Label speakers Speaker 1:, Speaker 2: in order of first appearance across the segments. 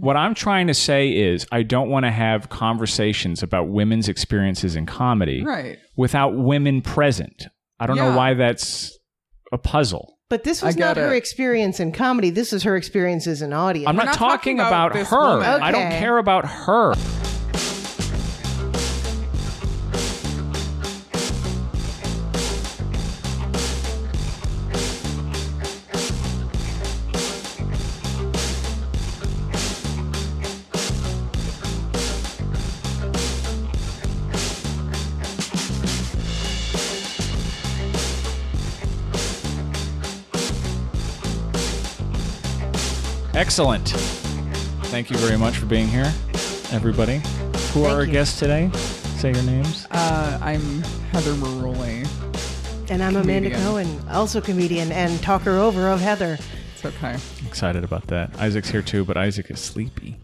Speaker 1: What I'm trying to say is, I don't want to have conversations about women's experiences in comedy
Speaker 2: Right.
Speaker 1: without women present. I don't know
Speaker 2: Yeah.
Speaker 1: why that's a puzzle.
Speaker 3: But this was
Speaker 2: I
Speaker 3: not
Speaker 2: get
Speaker 3: her
Speaker 2: it.
Speaker 3: experience in comedy. This is her experience as an audience.
Speaker 1: I'm not,
Speaker 2: not
Speaker 1: talking,
Speaker 2: talking
Speaker 1: about,
Speaker 2: about this
Speaker 1: her.
Speaker 2: woman.
Speaker 1: I don't
Speaker 3: Okay.
Speaker 1: care about her. Excellent. Thank you very much for being here, everybody. Who are our
Speaker 3: you.
Speaker 1: guests today? Say your names.
Speaker 2: Uh, I'm Heather Maruli.
Speaker 3: and I'm Amanda
Speaker 2: Comedian.
Speaker 3: Cohen, also comedian and talker over of Heather.
Speaker 2: It's okay.
Speaker 1: Excited about that. Isaac's here too, but Isaac is sleepy.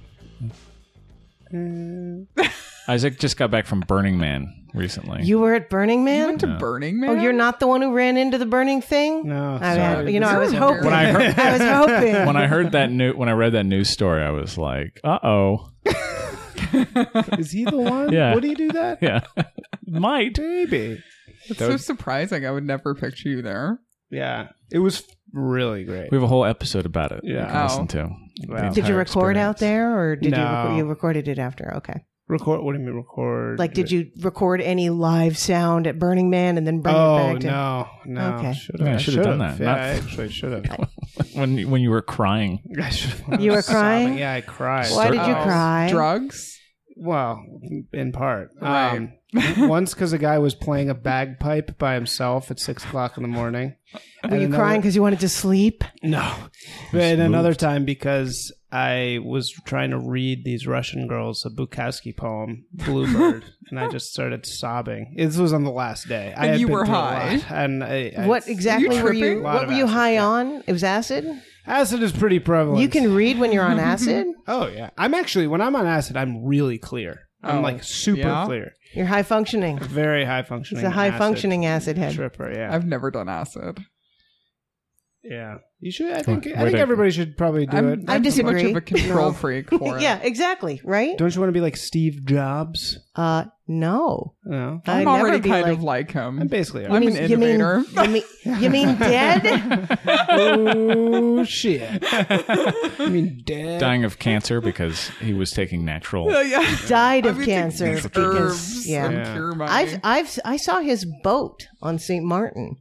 Speaker 2: Mm.
Speaker 1: Isaac just got back from Burning Man recently.
Speaker 3: You were at Burning Man.
Speaker 2: Went to Burning Man.
Speaker 3: oh, you're not the one who ran into the burning thing.
Speaker 4: No,
Speaker 3: I
Speaker 1: sorry.
Speaker 3: you know, I was
Speaker 2: You're
Speaker 3: hoping.
Speaker 1: when I heard
Speaker 3: I was hoping.
Speaker 1: when I heard that new when I read that news story, I was like, uh oh,
Speaker 4: Is he the one?
Speaker 1: Yeah.
Speaker 4: Would he do that?
Speaker 1: yeah, might.
Speaker 4: Maybe.
Speaker 2: It's so surprising. I would never picture you there.
Speaker 4: Yeah. It was really great.
Speaker 1: We have a whole episode about it. you
Speaker 4: Yeah.
Speaker 1: can listen to.
Speaker 4: Wow.
Speaker 1: The
Speaker 3: Did you
Speaker 1: entire
Speaker 3: record out
Speaker 1: experience.
Speaker 3: there, or did you
Speaker 4: No.
Speaker 3: record, you recorded it after? Okay.
Speaker 4: Record. What do you mean record?
Speaker 3: Like, did you record any live sound at Burning Man and then bring it
Speaker 4: Oh
Speaker 3: back? To-
Speaker 4: no, no.
Speaker 3: Okay.
Speaker 4: Should
Speaker 1: Yeah, I
Speaker 4: have.
Speaker 1: should've done that.
Speaker 4: Yeah,
Speaker 1: Not-
Speaker 4: I actually should have.
Speaker 1: when you- when you were crying?
Speaker 4: I should've-
Speaker 3: You were
Speaker 4: Sobbing.
Speaker 3: crying?
Speaker 4: Yeah, I cried.
Speaker 3: Why did you
Speaker 2: Oh,
Speaker 3: cry?
Speaker 2: Drugs.
Speaker 4: Well, in part.
Speaker 2: Right.
Speaker 4: Um, once because a guy was playing a bagpipe by himself at six o'clock in the morning.
Speaker 3: Were you crying because you wanted to sleep?
Speaker 4: No. And another time because I was trying to read these Russian girls a Bukowski poem, Bluebird, and I just started sobbing. This was on the last day. I
Speaker 2: And
Speaker 4: had
Speaker 2: you
Speaker 4: been
Speaker 2: were
Speaker 4: through a
Speaker 2: high.
Speaker 4: lot, and I, I-
Speaker 3: What exactly were you?
Speaker 2: tripping?
Speaker 4: Lot
Speaker 3: What
Speaker 4: of
Speaker 3: were you
Speaker 4: acid,
Speaker 3: high
Speaker 4: yeah.
Speaker 3: on? It was acid.
Speaker 4: Acid is pretty prevalent.
Speaker 3: You can read when you're on acid.
Speaker 4: Oh yeah. I'm actually when I'm on acid, I'm really clear. I'm
Speaker 2: Oh,
Speaker 4: like super
Speaker 2: yeah?
Speaker 4: clear.
Speaker 3: You're high functioning.
Speaker 4: Very high functioning.
Speaker 3: It's a high
Speaker 4: acid
Speaker 3: functioning acid head.
Speaker 4: tripper. Yeah.
Speaker 2: I've never done acid.
Speaker 4: yeah. You should. I think. I
Speaker 1: Wait
Speaker 4: think
Speaker 1: a-
Speaker 4: everybody should probably do
Speaker 2: I'm,
Speaker 4: it.
Speaker 2: I'm too
Speaker 3: disagree.
Speaker 2: much of a control
Speaker 3: No.
Speaker 2: freak for it.
Speaker 3: yeah, exactly. Right?
Speaker 4: Don't you want to be like Steve Jobs?
Speaker 3: Uh, no.
Speaker 4: No.
Speaker 3: I'd
Speaker 2: I'm
Speaker 3: never
Speaker 2: already
Speaker 3: be
Speaker 2: kind
Speaker 3: like-
Speaker 2: of like him.
Speaker 4: I'm basically.
Speaker 2: I'm an
Speaker 3: you mean,
Speaker 2: innovator.
Speaker 3: you mean you mean dead?
Speaker 4: oh shit! I mean, dead.
Speaker 1: Dying of cancer because he was taking natural.
Speaker 2: Oh, yeah.
Speaker 3: Died of
Speaker 2: I'm gonna take
Speaker 3: cancer
Speaker 2: these
Speaker 3: because
Speaker 2: herbs
Speaker 3: yeah.
Speaker 2: and
Speaker 4: Yeah.
Speaker 2: cure my-
Speaker 3: I've I've I saw his boat on St. Martin.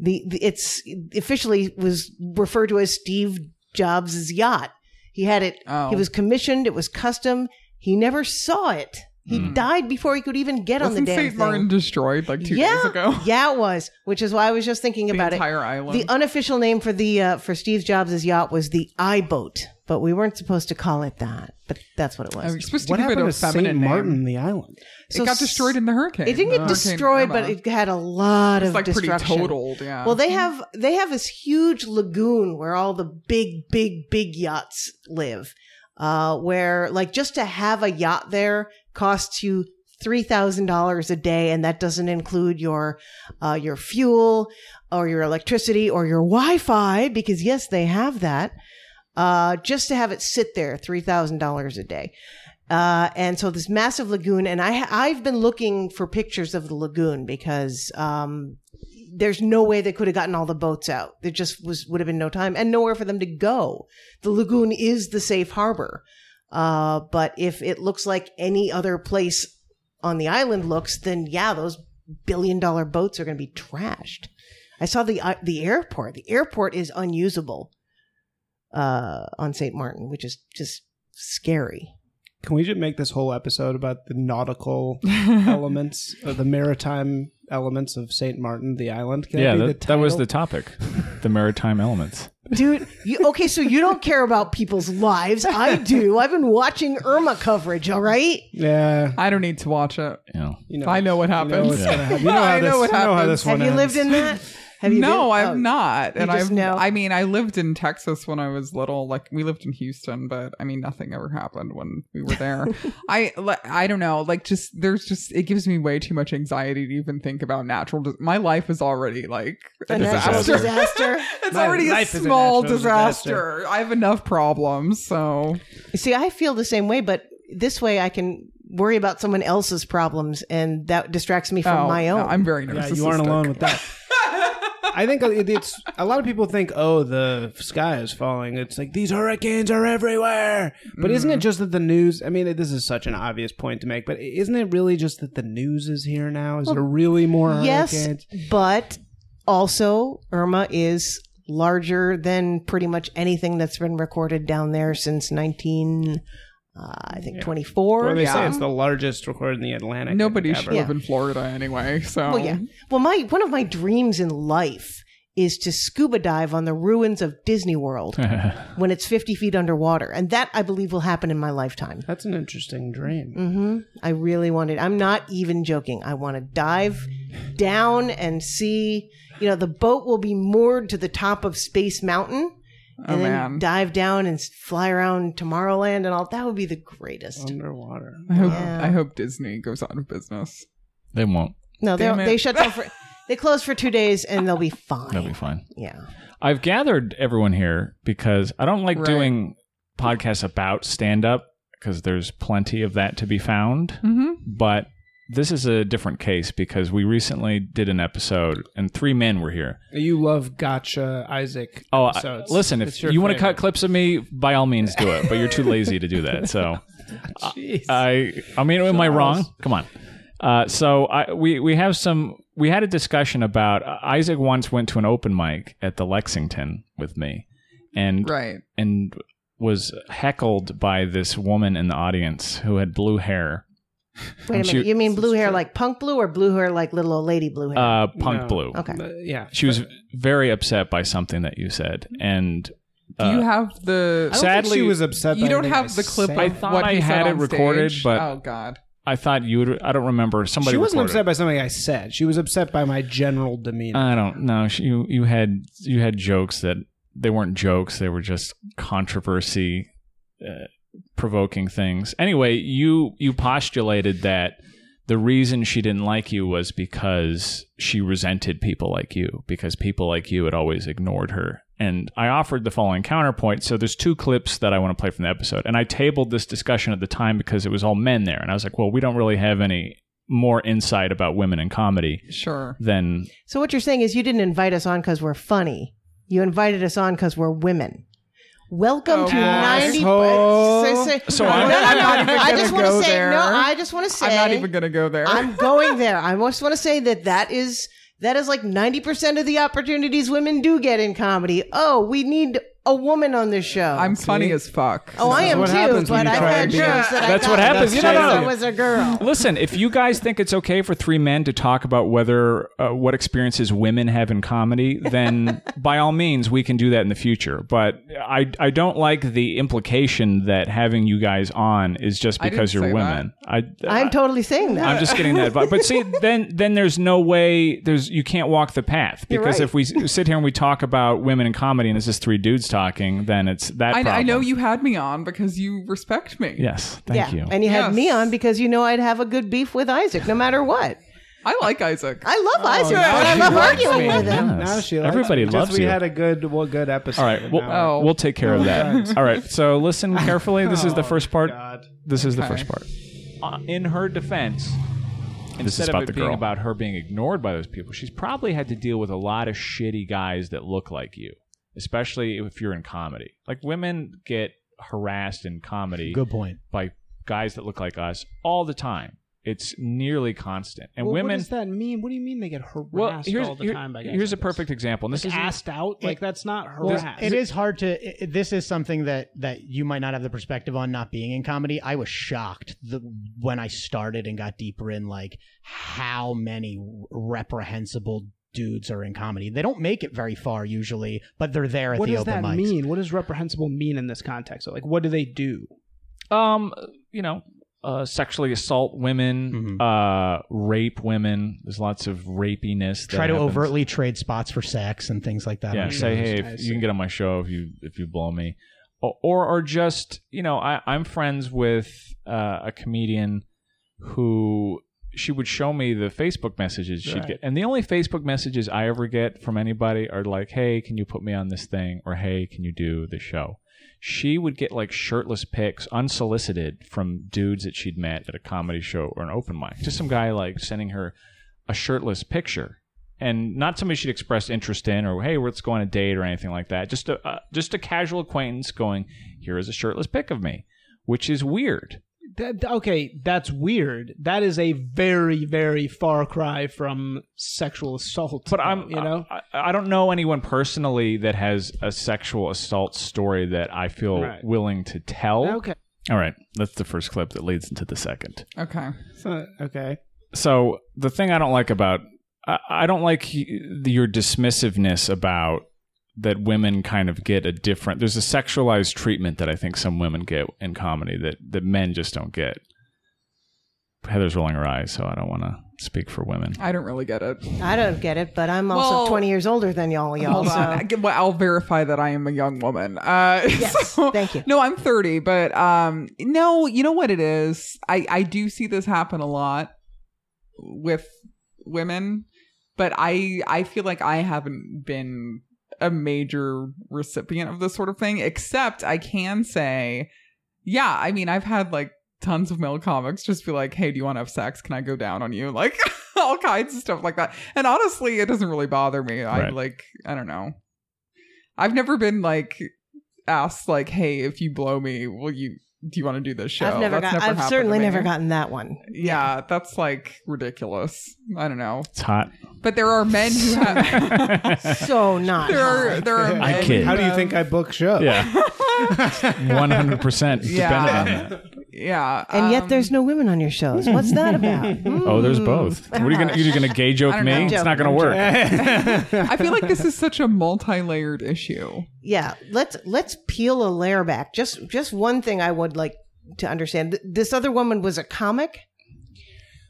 Speaker 3: The, the it's officially was referred to as Steve Jobs' yacht. He had it.
Speaker 2: Oh.
Speaker 3: He was commissioned. It was custom. He never saw it. He died before he could even get on
Speaker 2: Hmm. Wasn't
Speaker 3: the damn
Speaker 2: Saint
Speaker 3: thing.
Speaker 2: Martin destroyed like two
Speaker 3: yeah,
Speaker 2: days ago?
Speaker 3: yeah, it was. Which is why I was just thinking
Speaker 2: the
Speaker 3: about it.
Speaker 2: entire island.
Speaker 3: The unofficial name for the uh, for Steve Jobs' yacht was the I boat, but we weren't supposed to call it that. But that's what it
Speaker 2: I
Speaker 3: was.
Speaker 2: was supposed to
Speaker 4: What
Speaker 2: give it
Speaker 4: happened
Speaker 2: a
Speaker 4: to
Speaker 2: feminine
Speaker 4: Saint
Speaker 2: name.
Speaker 4: Martin, the island?
Speaker 3: So
Speaker 2: it got destroyed in the hurricane.
Speaker 3: It didn't get
Speaker 2: Hurricane
Speaker 3: destroyed, but
Speaker 2: Irma.
Speaker 3: it had a lot
Speaker 2: it's
Speaker 3: of
Speaker 2: like pretty
Speaker 3: destruction.
Speaker 2: totaled. Yeah.
Speaker 3: Well, they have they have this huge lagoon where all the big, big, big yachts live. Uh, where like just to have a yacht there costs you three thousand dollars a day, and that doesn't include your uh, your fuel or your electricity or your Wi-Fi because yes, they have that. Uh, just to have it sit there, three thousand dollars a day. Uh, and so this massive lagoon, and I I've been looking for pictures of the lagoon because um, there's no way they could have gotten all the boats out. There just was would have been no time and nowhere for them to go. The lagoon is the safe harbor, uh, but if it looks like any other place on the island looks, then yeah, those billion dollar boats are going to be trashed. I saw the uh, the airport. The airport is unusable uh, on Saint Martin, which is just scary.
Speaker 4: Can we just make this whole episode about the nautical elements, or the maritime elements of Saint Martin, the island? Can
Speaker 1: yeah,
Speaker 4: be
Speaker 1: that,
Speaker 4: the
Speaker 1: that was the
Speaker 4: title?
Speaker 1: topic. The maritime elements.
Speaker 3: Dude, you, okay, so you don't care about people's lives. I do. I've been watching Irma coverage, all right?
Speaker 4: Yeah,
Speaker 2: I don't need to watch it.
Speaker 1: You know.
Speaker 4: you
Speaker 2: I know what
Speaker 4: You know,
Speaker 2: happens.
Speaker 4: what's gonna happen. You know
Speaker 2: I
Speaker 4: how
Speaker 2: know what
Speaker 4: this- you know how
Speaker 2: happens.
Speaker 4: this
Speaker 3: Have
Speaker 4: one
Speaker 3: you lived
Speaker 4: ends.
Speaker 3: in that? Have you?
Speaker 2: no,
Speaker 3: been?
Speaker 2: I've
Speaker 3: Oh.
Speaker 2: not. And I've
Speaker 3: just know.
Speaker 2: I mean, I lived in Texas when I was little. Like we lived in Houston, but I mean, nothing ever happened when we were there. I like I don't know. Like just there's just it gives me way too much anxiety to even think about natural. Dis- My life is already like a
Speaker 3: A natural
Speaker 2: disaster.
Speaker 3: disaster.
Speaker 2: It's
Speaker 4: My
Speaker 2: already a
Speaker 4: life is a
Speaker 2: small
Speaker 4: natural
Speaker 2: disaster.
Speaker 4: disaster.
Speaker 2: I have enough problems, so
Speaker 3: See, I feel the same way, but this way I can worry about someone else's problems, and that distracts me from
Speaker 2: Oh,
Speaker 3: my own.
Speaker 2: no, I'm very
Speaker 4: Yeah,
Speaker 2: nervous.
Speaker 4: you aren't alone with that. I think it- it's a lot of people think, oh, the sky is falling. It's like these hurricanes are everywhere. But isn't
Speaker 2: Mm-hmm.
Speaker 4: it just that the news? I mean, this is such an obvious point to make, but isn't it really just that the news is here now? Is there really more
Speaker 3: yes,
Speaker 4: hurricanes?
Speaker 3: but also Irma is larger than pretty much anything that's been recorded down there since 19, uh, I think 24.
Speaker 4: Well, they say
Speaker 2: Yeah.
Speaker 4: it's the largest recorded in the Atlantic.
Speaker 2: Nobody
Speaker 4: ever.
Speaker 2: should live in Florida anyway. So
Speaker 3: Well, yeah. Well, my one of my dreams in life is to scuba dive on the ruins of Disney World when it's 50 feet underwater, and that I believe will happen in my lifetime.
Speaker 4: That's an interesting dream.
Speaker 3: hmm I really wanted. I'm not even joking. I want to dive down and see. You know, the boat will be moored to the top of Space Mountain.
Speaker 2: Oh,
Speaker 3: And then
Speaker 2: man.
Speaker 3: dive down and s- fly around Tomorrowland and all. That would be the greatest.
Speaker 2: Um,
Speaker 4: Underwater.
Speaker 2: Mm. I hope
Speaker 3: Yeah.
Speaker 2: I hope Disney goes out of business.
Speaker 1: They won't.
Speaker 3: No, they
Speaker 2: Damn it.
Speaker 3: they shut down for they close for two days and they'll be fine.
Speaker 1: They'll be fine.
Speaker 3: yeah.
Speaker 1: I've gathered everyone here because I don't like
Speaker 2: Right.
Speaker 1: doing podcasts about stand up because there's plenty of that to be found.
Speaker 2: Mm-hmm.
Speaker 1: But this is a different case because we recently did an episode and three men were here.
Speaker 4: You love gotcha, Isaac.
Speaker 1: Oh, I-
Speaker 4: episodes.
Speaker 1: listen, if
Speaker 4: It's
Speaker 1: you
Speaker 4: your
Speaker 1: want to
Speaker 4: favorite.
Speaker 1: cut clips of me, by all means do it, but you're too lazy to do that. So
Speaker 4: Jeez.
Speaker 1: I I mean, am I
Speaker 4: So I
Speaker 1: wrong?
Speaker 4: was-
Speaker 1: Come on. Uh, so I, we we have some we had a discussion about uh, Isaac once went to an open mic at the Lexington with me, and
Speaker 2: Right.
Speaker 1: and was heckled by this woman in the audience who had blue hair,
Speaker 3: Wait a
Speaker 1: She-
Speaker 3: minute. You mean blue
Speaker 4: It's
Speaker 3: hair
Speaker 4: true.
Speaker 3: like punk blue or blue hair like little old lady blue hair?
Speaker 1: uh, punk
Speaker 4: No.
Speaker 1: blue.
Speaker 3: Okay.
Speaker 4: Uh, yeah.
Speaker 1: She was very upset by something that you said, and
Speaker 2: Do
Speaker 1: uh,
Speaker 2: you have the?
Speaker 4: I don't think
Speaker 1: Sadly-
Speaker 4: she was upset. by
Speaker 2: you don't
Speaker 4: anything
Speaker 2: have
Speaker 4: I
Speaker 2: the clip.
Speaker 4: said.
Speaker 1: I
Speaker 2: Of
Speaker 1: thought
Speaker 2: what
Speaker 1: I
Speaker 2: he
Speaker 1: had
Speaker 2: said
Speaker 1: it
Speaker 2: on
Speaker 1: recorded,
Speaker 2: stage.
Speaker 1: but-
Speaker 2: oh god,
Speaker 1: I thought you would. I don't remember. Somebody
Speaker 4: she wasn't
Speaker 1: recorded.
Speaker 4: upset by something I said. She was upset by my general demeanor.
Speaker 1: I don't know. She- You you had you had jokes that they weren't jokes. They were just controversy uh, provoking things. Anyway, you you postulated that the reason she didn't like you was because she resented people like you because people like you had always ignored her. And I offered the following counterpoint. So there's two clips that I want to play from the episode. And I tabled this discussion at the time because it was all men there. And I was like, well, we don't really have any more insight about women in comedy
Speaker 2: sure.
Speaker 1: than
Speaker 3: so what you're saying is you didn't invite us on because we're funny. You invited us on because we're women. Welcome
Speaker 2: Oh,
Speaker 3: to ninety.
Speaker 4: asshole.
Speaker 3: say-
Speaker 1: So
Speaker 3: no,
Speaker 1: I'm-
Speaker 3: no, no,
Speaker 1: I'm
Speaker 3: no.
Speaker 1: not
Speaker 2: even
Speaker 3: I
Speaker 2: gonna
Speaker 3: just want to
Speaker 2: go
Speaker 3: say
Speaker 2: there.
Speaker 3: no. I just want to say
Speaker 2: I'm not even gonna go there.
Speaker 3: I'm going there. I just want to say that that is that is like 90% of the opportunities women do get in comedy. Oh, we need a woman on this show.
Speaker 2: I'm funny as fuck.
Speaker 3: Oh, I
Speaker 4: That's
Speaker 3: am
Speaker 4: what
Speaker 3: too,
Speaker 4: happens when
Speaker 3: but
Speaker 4: you
Speaker 3: I've
Speaker 4: try
Speaker 3: had
Speaker 4: and be-
Speaker 3: shows that I
Speaker 1: That's
Speaker 3: thought
Speaker 1: what happens.
Speaker 4: You don't
Speaker 3: I
Speaker 4: know.
Speaker 3: was a girl.
Speaker 1: Listen, if you guys think it's okay for three men to talk about whether uh, what experiences women have in comedy, then by all means we can do that in the future. But I I don't like the implication that having you guys on is just
Speaker 2: I didn't
Speaker 1: because you're
Speaker 2: say
Speaker 1: women. I,
Speaker 3: I'm totally saying that.
Speaker 1: I'm just getting that vibe. But see, then then there's no way there's you can't walk the path
Speaker 3: You're
Speaker 1: because
Speaker 3: right.
Speaker 1: if we s- sit here and we talk about women in comedy and it's just three dudes talking, then it's that.
Speaker 2: I, I
Speaker 1: problem.
Speaker 2: know you had me on because you respect me.
Speaker 1: Yes, thank
Speaker 3: yeah.
Speaker 1: you.
Speaker 3: And you had
Speaker 2: Yes.
Speaker 3: me on because you know I'd have a good beef with Isaac no matter what.
Speaker 2: I like Isaac.
Speaker 3: I love Isaac,
Speaker 4: now
Speaker 3: but I
Speaker 4: she
Speaker 3: love
Speaker 4: likes
Speaker 3: arguing
Speaker 4: me.
Speaker 3: with him.
Speaker 4: Now she likes
Speaker 1: Everybody
Speaker 4: me. Just
Speaker 1: loves
Speaker 4: we
Speaker 1: you.
Speaker 4: had a good, well, good episode.
Speaker 1: All right, we'll,
Speaker 4: now.
Speaker 2: Oh.
Speaker 1: we'll take care of that.
Speaker 4: Thanks.
Speaker 1: All right, so listen carefully. This
Speaker 5: Oh
Speaker 1: is the first part.
Speaker 4: Oh, God.
Speaker 1: This is the
Speaker 2: Okay.
Speaker 1: first part. Uh, in her defense,
Speaker 5: is
Speaker 1: instead
Speaker 5: about
Speaker 1: of
Speaker 5: the
Speaker 1: it being
Speaker 5: girl.
Speaker 1: about her being ignored by those people, she's probably had to deal with a lot of shitty guys that look like you, especially if you're in comedy. Like women get harassed in comedy
Speaker 5: Good point.
Speaker 1: by guys that look like us all the time. It's nearly constant, and
Speaker 4: Well, What
Speaker 1: women.
Speaker 5: does that mean? What do you mean they get harassed
Speaker 1: Well, here's
Speaker 5: all the
Speaker 1: here-
Speaker 5: time by guys?
Speaker 1: here's a
Speaker 5: like this?
Speaker 1: perfect example, and this
Speaker 5: Like,
Speaker 1: is
Speaker 5: asked out. Like
Speaker 4: It-
Speaker 5: that's not
Speaker 4: Well,
Speaker 5: harassed.
Speaker 4: it
Speaker 5: It is hard to. i- i- this is something that that you might not have the perspective on, not being in comedy. I was shocked the, when I started and got deeper in, like how many reprehensible dudes are in comedy. They don't make it very far usually, but they're there at
Speaker 4: What
Speaker 5: the
Speaker 4: does
Speaker 5: open
Speaker 4: that
Speaker 5: mics.
Speaker 4: mean? What does reprehensible mean in this context? Like, what do they do?
Speaker 1: um, you know, uh, sexually assault
Speaker 5: Mm-hmm.
Speaker 1: women, uh, rape women. There's lots of rapiness. That
Speaker 5: Try to
Speaker 1: happens.
Speaker 5: overtly trade spots for sex and things like that.
Speaker 1: yeah,
Speaker 5: on
Speaker 1: say
Speaker 5: shows.
Speaker 1: hey,
Speaker 4: I
Speaker 1: if
Speaker 4: see.
Speaker 1: you can get on my show if you if you blow me, or or, or just you know I I'm friends with uh, a comedian who she would show me the Facebook messages she'd
Speaker 4: Right.
Speaker 1: get, and the only Facebook messages I ever get from anybody are like, hey, can you put me on this thing, or hey, can you do the show. She would get like shirtless pics unsolicited from dudes that she'd met at a comedy show or an open mic. Just some guy like sending her a shirtless picture and not somebody she'd expressed interest in or hey let's go on a date or anything like that just a uh, just a casual acquaintance going here is a shirtless pic of me which is weird
Speaker 6: That, okay, that's weird. That is a very, very far cry from sexual assault.
Speaker 1: but i'm
Speaker 6: you know,
Speaker 1: I, I don't know anyone personally that has a sexual assault story that i feel
Speaker 4: Right.
Speaker 1: willing to tell
Speaker 4: Okay.
Speaker 1: all right that's the first clip that leads into the second
Speaker 2: Okay.
Speaker 1: uh,
Speaker 4: So, okay.
Speaker 1: so the thing I don't like about I, I don't like y- your dismissiveness about that women kind of get a different there's a sexualized treatment that I think some women get in comedy that that men just don't get. Heather's rolling her eyes, so I don't want to speak for women.
Speaker 2: I don't really get it.
Speaker 3: I don't get it, but I'm also
Speaker 2: Well-
Speaker 3: 20 years older than y'all, y'all.
Speaker 2: Hold
Speaker 3: So.
Speaker 2: on. I can- well, I'll verify that I am a young woman. Uh,
Speaker 3: Yes,
Speaker 2: so-
Speaker 3: thank you.
Speaker 2: No, I'm 30, but um, no, you know what it is. I I do see this happen a lot with women, but I I feel like I haven't been a major recipient of this sort of thing. Except I can say, yeah, I mean, I've had like tons of male comics just be like, hey, do you want to have sex? Can I go down on you? Like all kinds of stuff like that. And honestly, it doesn't really bother me. I
Speaker 1: Right.
Speaker 2: like, I don't know. I've never been like asked like, hey, if you blow me, will you do you want to do this show?
Speaker 3: I've never
Speaker 2: That's
Speaker 3: got, I've
Speaker 2: happened
Speaker 3: certainly
Speaker 2: to me.
Speaker 3: never gotten that one.
Speaker 2: Yeah, that's like ridiculous. I don't know.
Speaker 1: It's hot.
Speaker 2: But there are men who have
Speaker 3: So not.
Speaker 2: there are there are
Speaker 1: I
Speaker 2: men
Speaker 1: kid.
Speaker 2: who
Speaker 4: How do you
Speaker 2: have-
Speaker 4: think I book show?
Speaker 1: Yeah. 100% dependent on that.
Speaker 2: Yeah.
Speaker 3: and yet
Speaker 2: um,
Speaker 3: there's no women on your shows. What's that about?
Speaker 1: Oh, there's
Speaker 3: Hmm.
Speaker 1: both. What are you going to you're going to gay
Speaker 2: Mm. I
Speaker 1: joke
Speaker 2: don't
Speaker 1: me?
Speaker 2: know.
Speaker 1: It's not going to work.
Speaker 2: I feel like this is such a multi-layered issue.
Speaker 3: yeah let's let's peel a layer back just just one thing i would like to understand Th- this other woman was a comic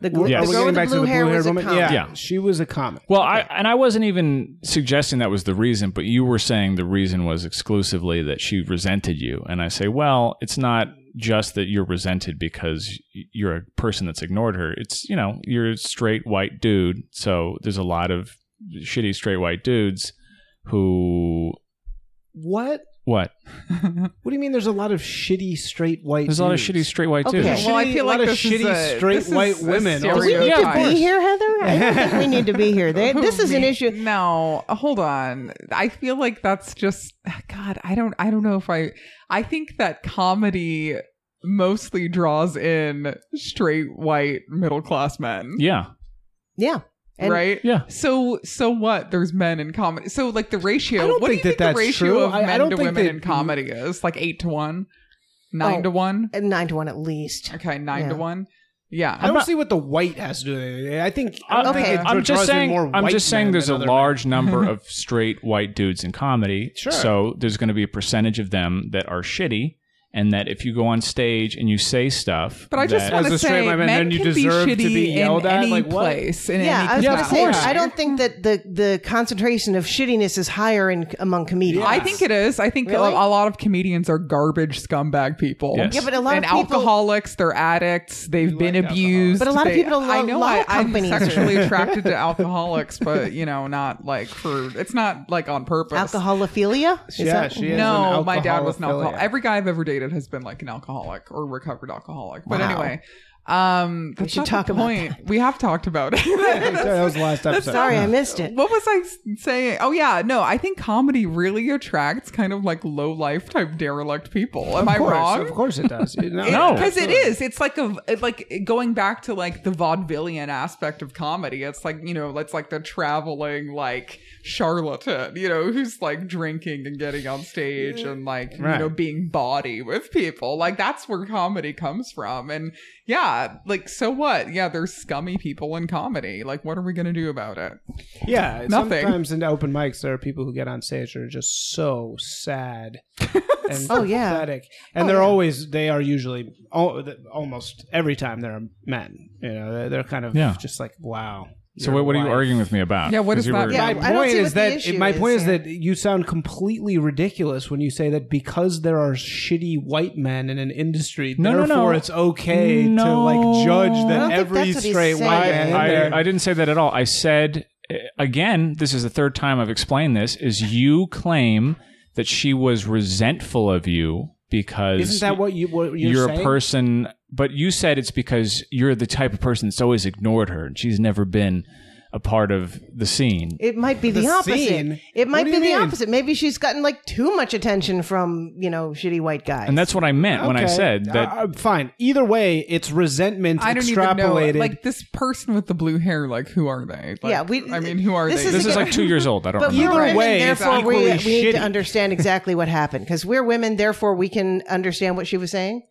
Speaker 3: the, gl-
Speaker 1: Yes.
Speaker 3: the
Speaker 4: Are we
Speaker 3: girl
Speaker 4: getting
Speaker 3: with the
Speaker 4: back
Speaker 3: blue
Speaker 4: to the
Speaker 3: hair
Speaker 4: blue-haired
Speaker 3: was a
Speaker 4: woman?
Speaker 3: comic
Speaker 4: Yeah.
Speaker 1: Yeah.
Speaker 4: She was a comic.
Speaker 1: Well, I and I wasn't even suggesting that was the reason, but you were saying the reason was exclusively that she resented you, and I say, well, it's not just that you're resented because y- you're a person that's ignored her. It's you know you're a straight white dude, so there's a lot of shitty straight white dudes who
Speaker 4: What?
Speaker 1: what
Speaker 4: What do you mean? There's a lot of shitty straight white.
Speaker 1: there's a lot of
Speaker 4: dudes?
Speaker 1: shitty straight white
Speaker 3: Okay,
Speaker 1: dudes.
Speaker 2: Well, I
Speaker 4: Shitty-
Speaker 2: feel
Speaker 4: a
Speaker 2: like
Speaker 4: lot of
Speaker 2: this is
Speaker 4: shitty
Speaker 2: a-
Speaker 4: straight
Speaker 2: this is
Speaker 4: white
Speaker 2: a
Speaker 4: women.
Speaker 2: stereotype.
Speaker 3: do we need
Speaker 1: Yeah, of
Speaker 3: to be here heather i don't think we need to be here They-
Speaker 2: Who
Speaker 3: this is an
Speaker 2: me-
Speaker 3: issue
Speaker 2: No, hold on. I feel like that's just God. I don't. I don't know if I. I think that comedy mostly draws in straight white middle class men.
Speaker 1: Yeah,
Speaker 3: yeah and-
Speaker 2: right.
Speaker 1: yeah.
Speaker 2: So so what? There's men in comedy. So like the ratio.
Speaker 4: I don't
Speaker 2: what
Speaker 4: think
Speaker 2: do you
Speaker 4: that
Speaker 2: the
Speaker 4: that's
Speaker 2: ratio
Speaker 4: true.
Speaker 2: of
Speaker 4: I- I
Speaker 2: men
Speaker 4: don't
Speaker 2: to
Speaker 4: think
Speaker 2: women
Speaker 4: that-
Speaker 2: in comedy is like eight to one, nine
Speaker 3: Oh.
Speaker 2: to one.
Speaker 3: and nine to one at least
Speaker 2: Okay, nine
Speaker 3: Yeah.
Speaker 2: to one. Yeah.
Speaker 4: I don't see what the white has to do. with anything. I think. I don't
Speaker 2: Okay.
Speaker 4: think it
Speaker 1: I'm
Speaker 4: draws
Speaker 1: just
Speaker 4: in
Speaker 1: saying.
Speaker 4: More
Speaker 1: I'm
Speaker 4: white
Speaker 1: just saying.
Speaker 4: men
Speaker 1: There's
Speaker 4: than
Speaker 1: a
Speaker 4: other
Speaker 1: large number of straight white dudes in comedy.
Speaker 4: Sure.
Speaker 1: So there's going to be a percentage of them that are shitty, and that if you go on stage and you say stuff,
Speaker 2: But I just
Speaker 1: that-
Speaker 4: As
Speaker 2: want to
Speaker 4: a straight
Speaker 2: say,
Speaker 4: white man,
Speaker 2: men
Speaker 4: then you
Speaker 2: can
Speaker 4: deserve
Speaker 2: be
Speaker 4: to
Speaker 2: shitty
Speaker 4: be yelled
Speaker 2: in
Speaker 4: at?
Speaker 2: any
Speaker 4: Like, what?
Speaker 2: place. In
Speaker 3: yeah, I was
Speaker 2: any
Speaker 3: going to say,
Speaker 2: capacity.
Speaker 3: I don't think that the, the concentration of shittiness is higher in among comedians.
Speaker 2: I think it is. I think a-
Speaker 3: Really?
Speaker 2: a, lot of comedians are garbage scumbag people.
Speaker 1: Yes.
Speaker 3: Yeah, but a lot
Speaker 2: and
Speaker 3: of people.
Speaker 2: alcoholics, they're addicts. They've been abused.
Speaker 3: But a lot of
Speaker 2: They-
Speaker 3: people don't
Speaker 2: I
Speaker 3: lo-
Speaker 2: know.
Speaker 3: lot
Speaker 2: I,
Speaker 3: of
Speaker 2: I'm
Speaker 3: companies are-
Speaker 2: sexually attracted to alcoholics, but you know, not like for. It's not like on purpose.
Speaker 3: Alcoholophilia? Is
Speaker 4: Men. Yeah,
Speaker 3: that-
Speaker 4: she is.
Speaker 2: No,
Speaker 4: an
Speaker 2: my dad was an alcoholic.
Speaker 4: alcoholophilia.
Speaker 2: Every guy I've ever dated has been like an alcoholic or recovered alcoholic. But
Speaker 3: Wow.
Speaker 2: anyway, um, that's
Speaker 3: should
Speaker 2: not
Speaker 3: talk
Speaker 2: the
Speaker 3: about
Speaker 2: point. We have talked about
Speaker 4: Yeah,
Speaker 2: it.
Speaker 4: that was the last episode.
Speaker 3: Sorry,
Speaker 4: Yeah.
Speaker 3: I missed it.
Speaker 2: what was I s- saying? Oh yeah, no, I think comedy really attracts kind of like low life type derelict people. Am I
Speaker 4: Of course,
Speaker 2: wrong?
Speaker 4: Of course, it does. It-
Speaker 1: No.
Speaker 2: because it is. It's like a it's like going back to like the vaudevillian aspect of comedy. It's like you know, it's like the traveling like charlatan, you know, who's like drinking and getting on stage and like you
Speaker 4: Right.
Speaker 2: know being bawdy with people. Like that's where comedy comes from. And yeah, yeah, like so what? Yeah, there's scummy people in comedy. Like, what are we gonna do about it?
Speaker 4: Yeah,
Speaker 2: Nothing.
Speaker 4: sometimes in open mics there are people who get on stage that are just so sad and
Speaker 3: Oh, yeah.
Speaker 4: pathetic, and
Speaker 3: Oh,
Speaker 4: they're
Speaker 3: yeah.
Speaker 4: always they are usually al- th- almost every time they're men. You know, they're, they're kind of
Speaker 1: Yeah.
Speaker 4: just like wow.
Speaker 1: So
Speaker 4: your
Speaker 1: what, what are you
Speaker 4: wife-
Speaker 1: arguing with me about?
Speaker 2: Yeah, what
Speaker 1: 'Cause
Speaker 2: is
Speaker 1: you
Speaker 2: that-
Speaker 1: were-
Speaker 3: Yeah.
Speaker 4: My
Speaker 3: I don't
Speaker 4: point
Speaker 3: see
Speaker 4: is
Speaker 3: what the
Speaker 4: that
Speaker 3: issue
Speaker 4: my
Speaker 3: is
Speaker 4: point is
Speaker 3: here.
Speaker 4: that you sound completely ridiculous when you say that because there are shitty white men in an industry,
Speaker 1: No, no, no.
Speaker 4: therefore it's okay to
Speaker 1: No.
Speaker 4: like judge
Speaker 1: I
Speaker 4: that
Speaker 3: don't think
Speaker 4: every
Speaker 3: that's what he's
Speaker 4: straight white
Speaker 3: saying.
Speaker 4: man in there.
Speaker 1: I, I didn't say that at all. I said uh, again, this is the third time I've explained this. Is you claim that she was resentful of you because
Speaker 4: Isn't that what you what you're,
Speaker 1: you're, a
Speaker 4: saying?
Speaker 1: person? But you said it's because you're the type of person that's always ignored her, and she's never been a part of the scene.
Speaker 3: It might be the,
Speaker 4: The
Speaker 3: opposite.
Speaker 4: scene?
Speaker 3: It might
Speaker 4: What do
Speaker 3: be the
Speaker 4: you mean?
Speaker 3: opposite. Maybe she's gotten like too much attention from, you know, shitty white guys.
Speaker 1: And that's what I meant when I
Speaker 4: Okay.
Speaker 1: said that.
Speaker 4: Uh, uh, fine. Either way, it's resentment
Speaker 2: I don't even know.
Speaker 4: extrapolated.
Speaker 2: Like this person with the blue hair. Like, who are they? Like,
Speaker 3: Yeah, we-
Speaker 2: I mean, who are
Speaker 3: this
Speaker 2: they?
Speaker 1: this is like two years old. I don't
Speaker 3: but
Speaker 1: remember.
Speaker 3: we're women,
Speaker 4: way, it's
Speaker 3: therefore we, we
Speaker 4: equally
Speaker 3: need to
Speaker 4: shitty.
Speaker 3: understand exactly what happened because we're women, therefore we can understand what she was saying.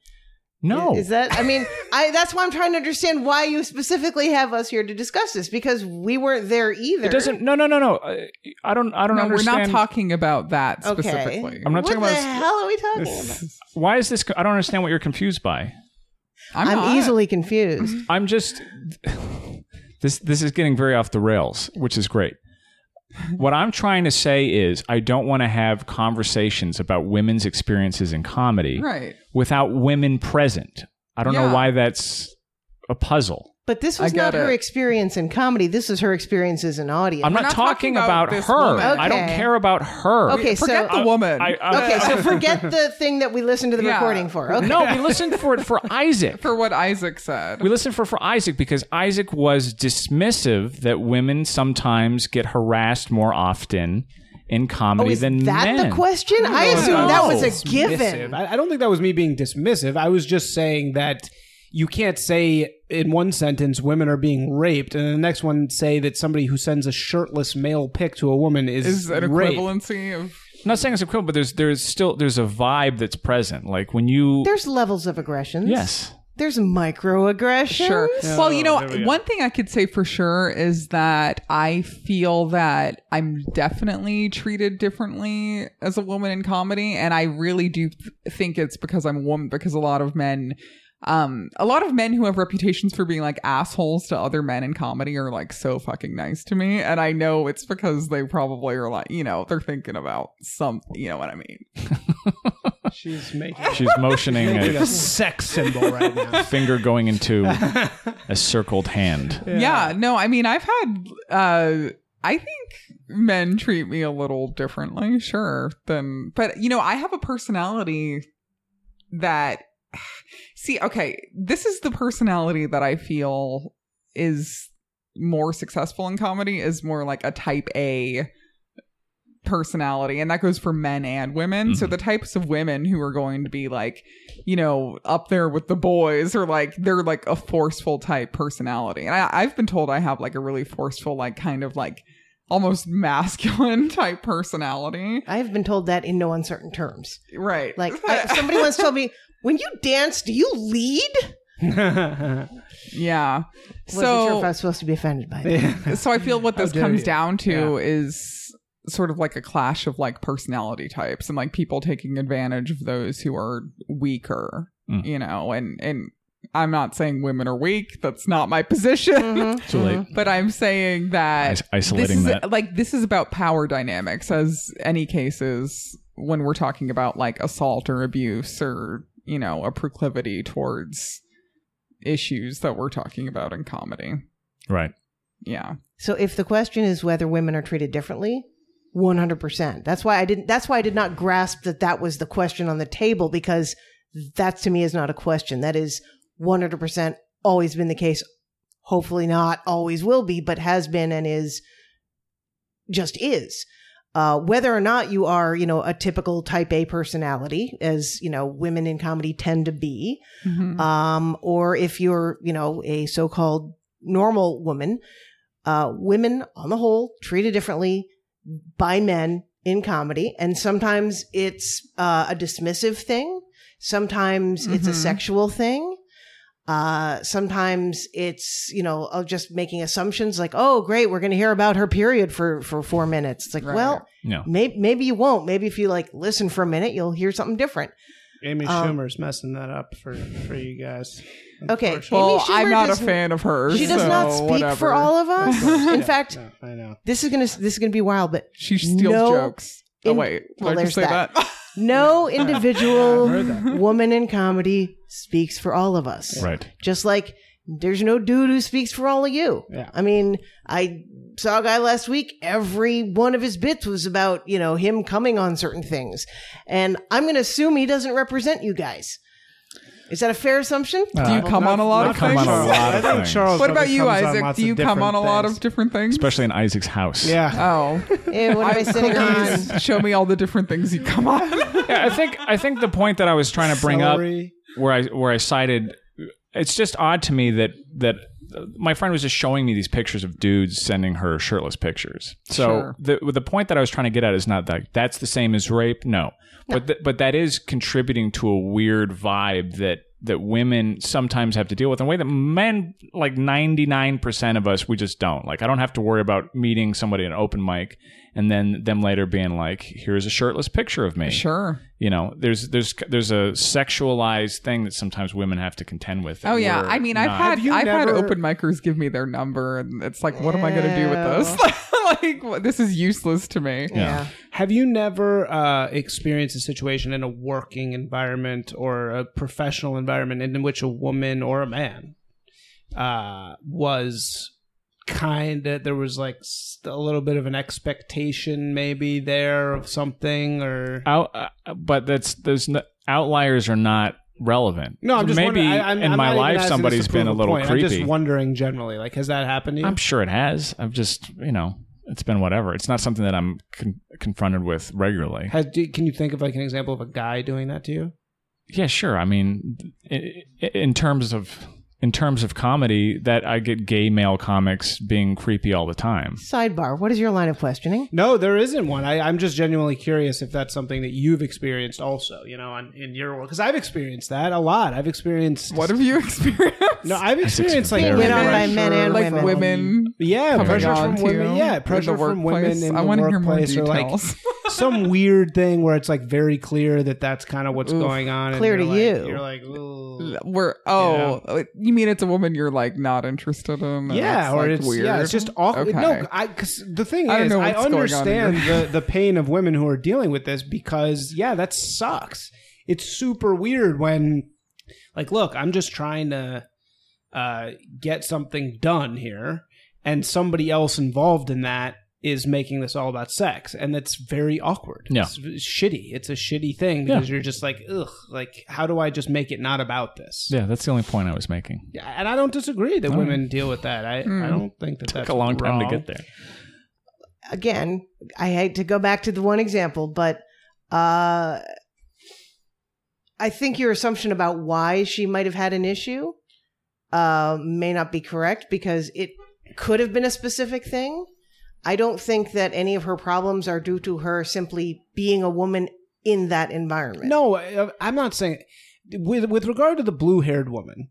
Speaker 1: no,
Speaker 2: Oh.
Speaker 3: Is that? I mean, I that's why I'm trying to understand why you specifically have us here to discuss this because we weren't there either.
Speaker 1: it doesn't. No, no, no, no. I, I don't. I don't
Speaker 2: no,
Speaker 1: understand.
Speaker 2: we're not talking about that
Speaker 3: Okay.
Speaker 2: specifically.
Speaker 1: I'm not
Speaker 3: what
Speaker 1: talking
Speaker 3: the
Speaker 1: about.
Speaker 3: hell are we talking about?
Speaker 1: Why is this? co- I don't understand what you're confused by.
Speaker 2: I'm,
Speaker 3: I'm,
Speaker 2: not.
Speaker 3: easily confused.
Speaker 1: I'm just this this is getting very off the rails, which is great. What I'm trying to say is I don't want to have conversations about women's experiences in comedy
Speaker 2: right.
Speaker 1: without women present. I don't know
Speaker 2: Yeah.
Speaker 1: why that's a puzzle.
Speaker 3: But this
Speaker 2: I
Speaker 3: was not
Speaker 2: get
Speaker 3: her
Speaker 2: it.
Speaker 3: experience in comedy. This is her experience as an audience.
Speaker 1: I'm not,
Speaker 2: not
Speaker 1: talking,
Speaker 2: talking
Speaker 1: about,
Speaker 2: about this
Speaker 1: her.
Speaker 2: woman.
Speaker 1: I don't
Speaker 3: Okay.
Speaker 1: care about her.
Speaker 3: Okay, so-
Speaker 2: Forget the woman.
Speaker 1: I, I-
Speaker 3: okay, so forget the thing that we listened to the
Speaker 2: Yeah.
Speaker 3: recording for. Okay.
Speaker 1: no, we listened for for Isaac.
Speaker 2: for what Isaac said.
Speaker 1: We listened for for Isaac because Isaac was dismissive that women sometimes get harassed more often in comedy
Speaker 3: Oh, is
Speaker 1: than
Speaker 3: that
Speaker 1: men.
Speaker 3: the question? I assume
Speaker 1: No.
Speaker 3: that was a
Speaker 1: Dismissive.
Speaker 3: given.
Speaker 4: Dismissive. I, I don't think that was me being dismissive. I was just saying that you can't say in one sentence women are being raped, and in the next one say that somebody who sends a shirtless male pic to a woman is,
Speaker 2: is an
Speaker 4: rape.
Speaker 2: equivalency of
Speaker 1: I'm not saying it's equivalent, but there's there's still there's a vibe that's present. Like when you
Speaker 3: There's levels of aggressions.
Speaker 1: yes,
Speaker 3: There's microaggressions.
Speaker 2: Sure. well, you know,
Speaker 4: there Oh, we go.
Speaker 2: one thing I could say for sure is that I feel that I'm definitely treated differently as a woman in comedy, and I really do th- think it's because I'm a woman. Because a lot of men, um, a lot of men who have reputations for being like assholes to other men in comedy are like so fucking nice to me, and I know it's because they probably are like, you know, they're thinking about some, you know what I mean?
Speaker 4: She's making
Speaker 1: she's motioning
Speaker 4: like
Speaker 1: a
Speaker 4: a sex symbol right now.
Speaker 1: finger going into a circled hand.
Speaker 2: yeah no i mean i've had uh i think men treat me a little differently sure than but you know i have a personality that see okay this is the personality that i feel is more successful in comedy is more like a type a personality and that goes for men and women so
Speaker 1: Mhm.
Speaker 2: the types of women who are going to be like you know, up there with the boys or like they're like a forceful type personality. And I, I've been told I have like a really forceful, like kind of like almost masculine type personality.
Speaker 3: I've been told that in no uncertain terms.
Speaker 2: Right.
Speaker 3: Like I, somebody once told me, "When you dance, do you lead?"
Speaker 2: yeah.
Speaker 3: Wasn't sure if I was supposed to be offended by that.
Speaker 4: Yeah.
Speaker 2: so I feel what
Speaker 4: How
Speaker 2: this
Speaker 4: dare
Speaker 2: comes
Speaker 4: you.
Speaker 2: down to is sort of like a clash of like personality types and like people taking advantage of those who are weaker,
Speaker 1: Mm.
Speaker 2: you know, and and I'm not saying women are weak. That's not my position.
Speaker 3: Mhm.
Speaker 1: Too late.
Speaker 2: But I'm saying that
Speaker 1: Is- Isolating
Speaker 2: this is,
Speaker 1: that.
Speaker 2: Like this is about power dynamics, as any cases when we're talking about like assault or abuse or you know a proclivity towards issues that we're talking about in comedy.
Speaker 1: right.
Speaker 2: Yeah,
Speaker 3: So, if the question is whether women are treated differently, one hundred percent. That's why I didn't. That's why I did not grasp that that was the question on the table because that to me is not a question. That is one hundred percent always been the case. Hopefully, not always will be, but has been and is just is. Uh, whether or not you are, you know, a typical type A personality, as you know, women in comedy tend to be,
Speaker 2: Mhm.
Speaker 3: um, or if you're, you know, a so-called normal woman, uh, women on the whole treated differently by men in comedy, and sometimes it's uh, a dismissive thing, sometimes it's a
Speaker 2: Mhm.
Speaker 3: sexual thing. Uh, sometimes it's you know of just making assumptions like, oh great, we're going to hear about her period for for four minutes. It's like,
Speaker 2: Right.
Speaker 3: well,
Speaker 1: No.
Speaker 3: maybe maybe you won't. Maybe if you like listen for a minute, you'll hear something different.
Speaker 4: Amy
Speaker 3: Um,
Speaker 4: Schumer's messing that up for for you guys.
Speaker 3: Okay,
Speaker 4: Unfortunately.
Speaker 2: Well,
Speaker 3: Amy Schumer
Speaker 2: I'm not a
Speaker 3: doesn't-
Speaker 2: fan of hers.
Speaker 3: She does not
Speaker 2: so
Speaker 3: speak
Speaker 2: whatever.
Speaker 3: for all of us. In
Speaker 4: Yeah,
Speaker 3: fact,
Speaker 4: no, I know.
Speaker 3: this is gonna this is gonna be wild, but
Speaker 2: She steals
Speaker 3: No
Speaker 2: jokes. Oh
Speaker 3: in-
Speaker 2: wait,
Speaker 3: well,
Speaker 2: did I just say
Speaker 3: there's
Speaker 2: that?
Speaker 3: that. no
Speaker 4: Yeah, I
Speaker 3: individual
Speaker 4: heard that.
Speaker 3: woman in comedy speaks for all of us.
Speaker 1: Right.
Speaker 3: Just like there's no dude who speaks for all of you.
Speaker 4: Yeah.
Speaker 3: I mean, I saw a guy last week. Every one of his bits was about you know him coming on certain things, and I'm gonna assume he doesn't represent you guys. Is that a fair assumption?
Speaker 2: Do you
Speaker 1: Uh,
Speaker 2: come on a lot
Speaker 1: I
Speaker 2: of
Speaker 1: come on
Speaker 2: things?
Speaker 1: a lot
Speaker 4: I
Speaker 1: of
Speaker 4: think
Speaker 1: things.
Speaker 4: Charles
Speaker 2: What about you,
Speaker 4: comes on
Speaker 2: Isaac?
Speaker 4: lots
Speaker 2: Do you
Speaker 4: of
Speaker 2: come on a
Speaker 4: different
Speaker 2: lot
Speaker 4: things.
Speaker 2: of different things?
Speaker 1: Especially in Isaac's house.
Speaker 4: Yeah.
Speaker 2: Oh,
Speaker 3: Eh, what am I
Speaker 2: I'm
Speaker 3: sitting on?
Speaker 2: cookies. Show me all the different things you come on.
Speaker 1: yeah, I think I think the point that I was trying to bring up
Speaker 4: Celery.
Speaker 1: where I where I cited it's just odd to me that that my friend was just showing me these pictures of dudes sending her shirtless pictures. So
Speaker 2: Sure.
Speaker 1: the the point that I was trying to get at is not that that's the same as rape. No, but th- but that is contributing to a weird vibe that that women sometimes have to deal with in a way that men like 99% of us we just don't like i don't have to worry about meeting somebody at an open mic and then them later being like here's a shirtless picture of me
Speaker 2: sure.
Speaker 1: you know there's there's there's a sexualized thing that sometimes women have to contend with that
Speaker 2: Oh yeah.
Speaker 1: we're
Speaker 2: I mean, I've
Speaker 1: not-
Speaker 2: had
Speaker 4: Have you
Speaker 2: I've had
Speaker 4: never-
Speaker 2: open micers give me their number, and it's like, what am I gonna do with this? like, what, this is useless to me.
Speaker 3: Yeah.
Speaker 4: Have you never uh, experienced a situation in a working environment or a professional environment in which a woman or a man uh, was kind of there was like s- a little bit of an expectation maybe there of something or
Speaker 1: out, uh, but that's those no, outliers are not relevant
Speaker 4: no i'm just
Speaker 1: maybe
Speaker 4: wondering- I, I'm,
Speaker 1: in
Speaker 4: I'm
Speaker 1: my
Speaker 4: not even
Speaker 1: life
Speaker 4: asking this
Speaker 1: somebody's
Speaker 4: to
Speaker 1: been
Speaker 4: prove
Speaker 1: a little
Speaker 4: point.
Speaker 1: creepy
Speaker 4: i'm just wondering generally like has that happened to you
Speaker 1: I'm sure it has i've just you know it's been whatever it's not something that i'm con- confronted with regularly
Speaker 4: has, do, can you think of like an example of a guy doing that to you
Speaker 1: yeah sure i mean i- i- in terms of in terms of comedy that i get gay male comics being creepy all the time
Speaker 3: Sidebar. What is your line of questioning?
Speaker 4: No, there isn't one. I, I'm just genuinely curious if that's something that you've experienced also, you know, in, in your world. Because I've experienced that a lot. I've experienced.
Speaker 2: What have you experienced?
Speaker 4: No, I've experienced like
Speaker 1: Being
Speaker 3: hit on by men
Speaker 4: pressure
Speaker 3: and
Speaker 4: from-
Speaker 2: like women,
Speaker 4: Yeah,
Speaker 2: coming
Speaker 4: pressure
Speaker 2: on
Speaker 4: from
Speaker 2: to
Speaker 4: women.
Speaker 2: you
Speaker 4: Yeah,
Speaker 2: in
Speaker 4: pressure
Speaker 2: the
Speaker 4: from women
Speaker 2: workplace.
Speaker 4: in
Speaker 2: I
Speaker 4: the
Speaker 2: wanna hear more
Speaker 4: workplace, or like
Speaker 2: details.
Speaker 4: some weird thing where it's like very clear that that's kind of what's
Speaker 2: Oof.
Speaker 4: going on. and
Speaker 3: Clear
Speaker 4: you're
Speaker 3: to
Speaker 4: like-
Speaker 3: you.
Speaker 4: You're like, "Ooh."
Speaker 2: We're oh, you mean it's a woman you're like not interested in?
Speaker 4: yeah,
Speaker 2: that's,
Speaker 4: or
Speaker 2: like,
Speaker 4: it's
Speaker 2: weird.
Speaker 4: yeah, it's just awkward.
Speaker 2: Okay.
Speaker 4: No, I cause the thing
Speaker 2: I don't
Speaker 4: is,
Speaker 2: know
Speaker 4: I
Speaker 2: what's going on
Speaker 4: understand the the pain of women who are dealing with this because yeah, that sucks. It's super weird when, like, look, I'm just trying to uh, get something done here, and somebody else involved in that is making this all about sex, and that's very awkward.
Speaker 1: Yeah.
Speaker 4: It's v- shitty. It's a shitty thing
Speaker 1: Yeah.
Speaker 4: because you're just like, ugh, like, how do I just make it not about this?
Speaker 1: yeah that's the only point i was making
Speaker 4: Yeah, and I don't disagree that women deal with that. I, I don't think that that's
Speaker 1: took a long time
Speaker 4: wrong.
Speaker 1: to get there
Speaker 3: Again, I hate to go back to the one example, but uh, I think your assumption about why she might have had an issue uh, may not be correct because it could have been a specific thing. I don't think that any of her problems are due to her simply being a woman in that environment.
Speaker 4: No, I- I'm not saying with with regard to the blue-haired woman.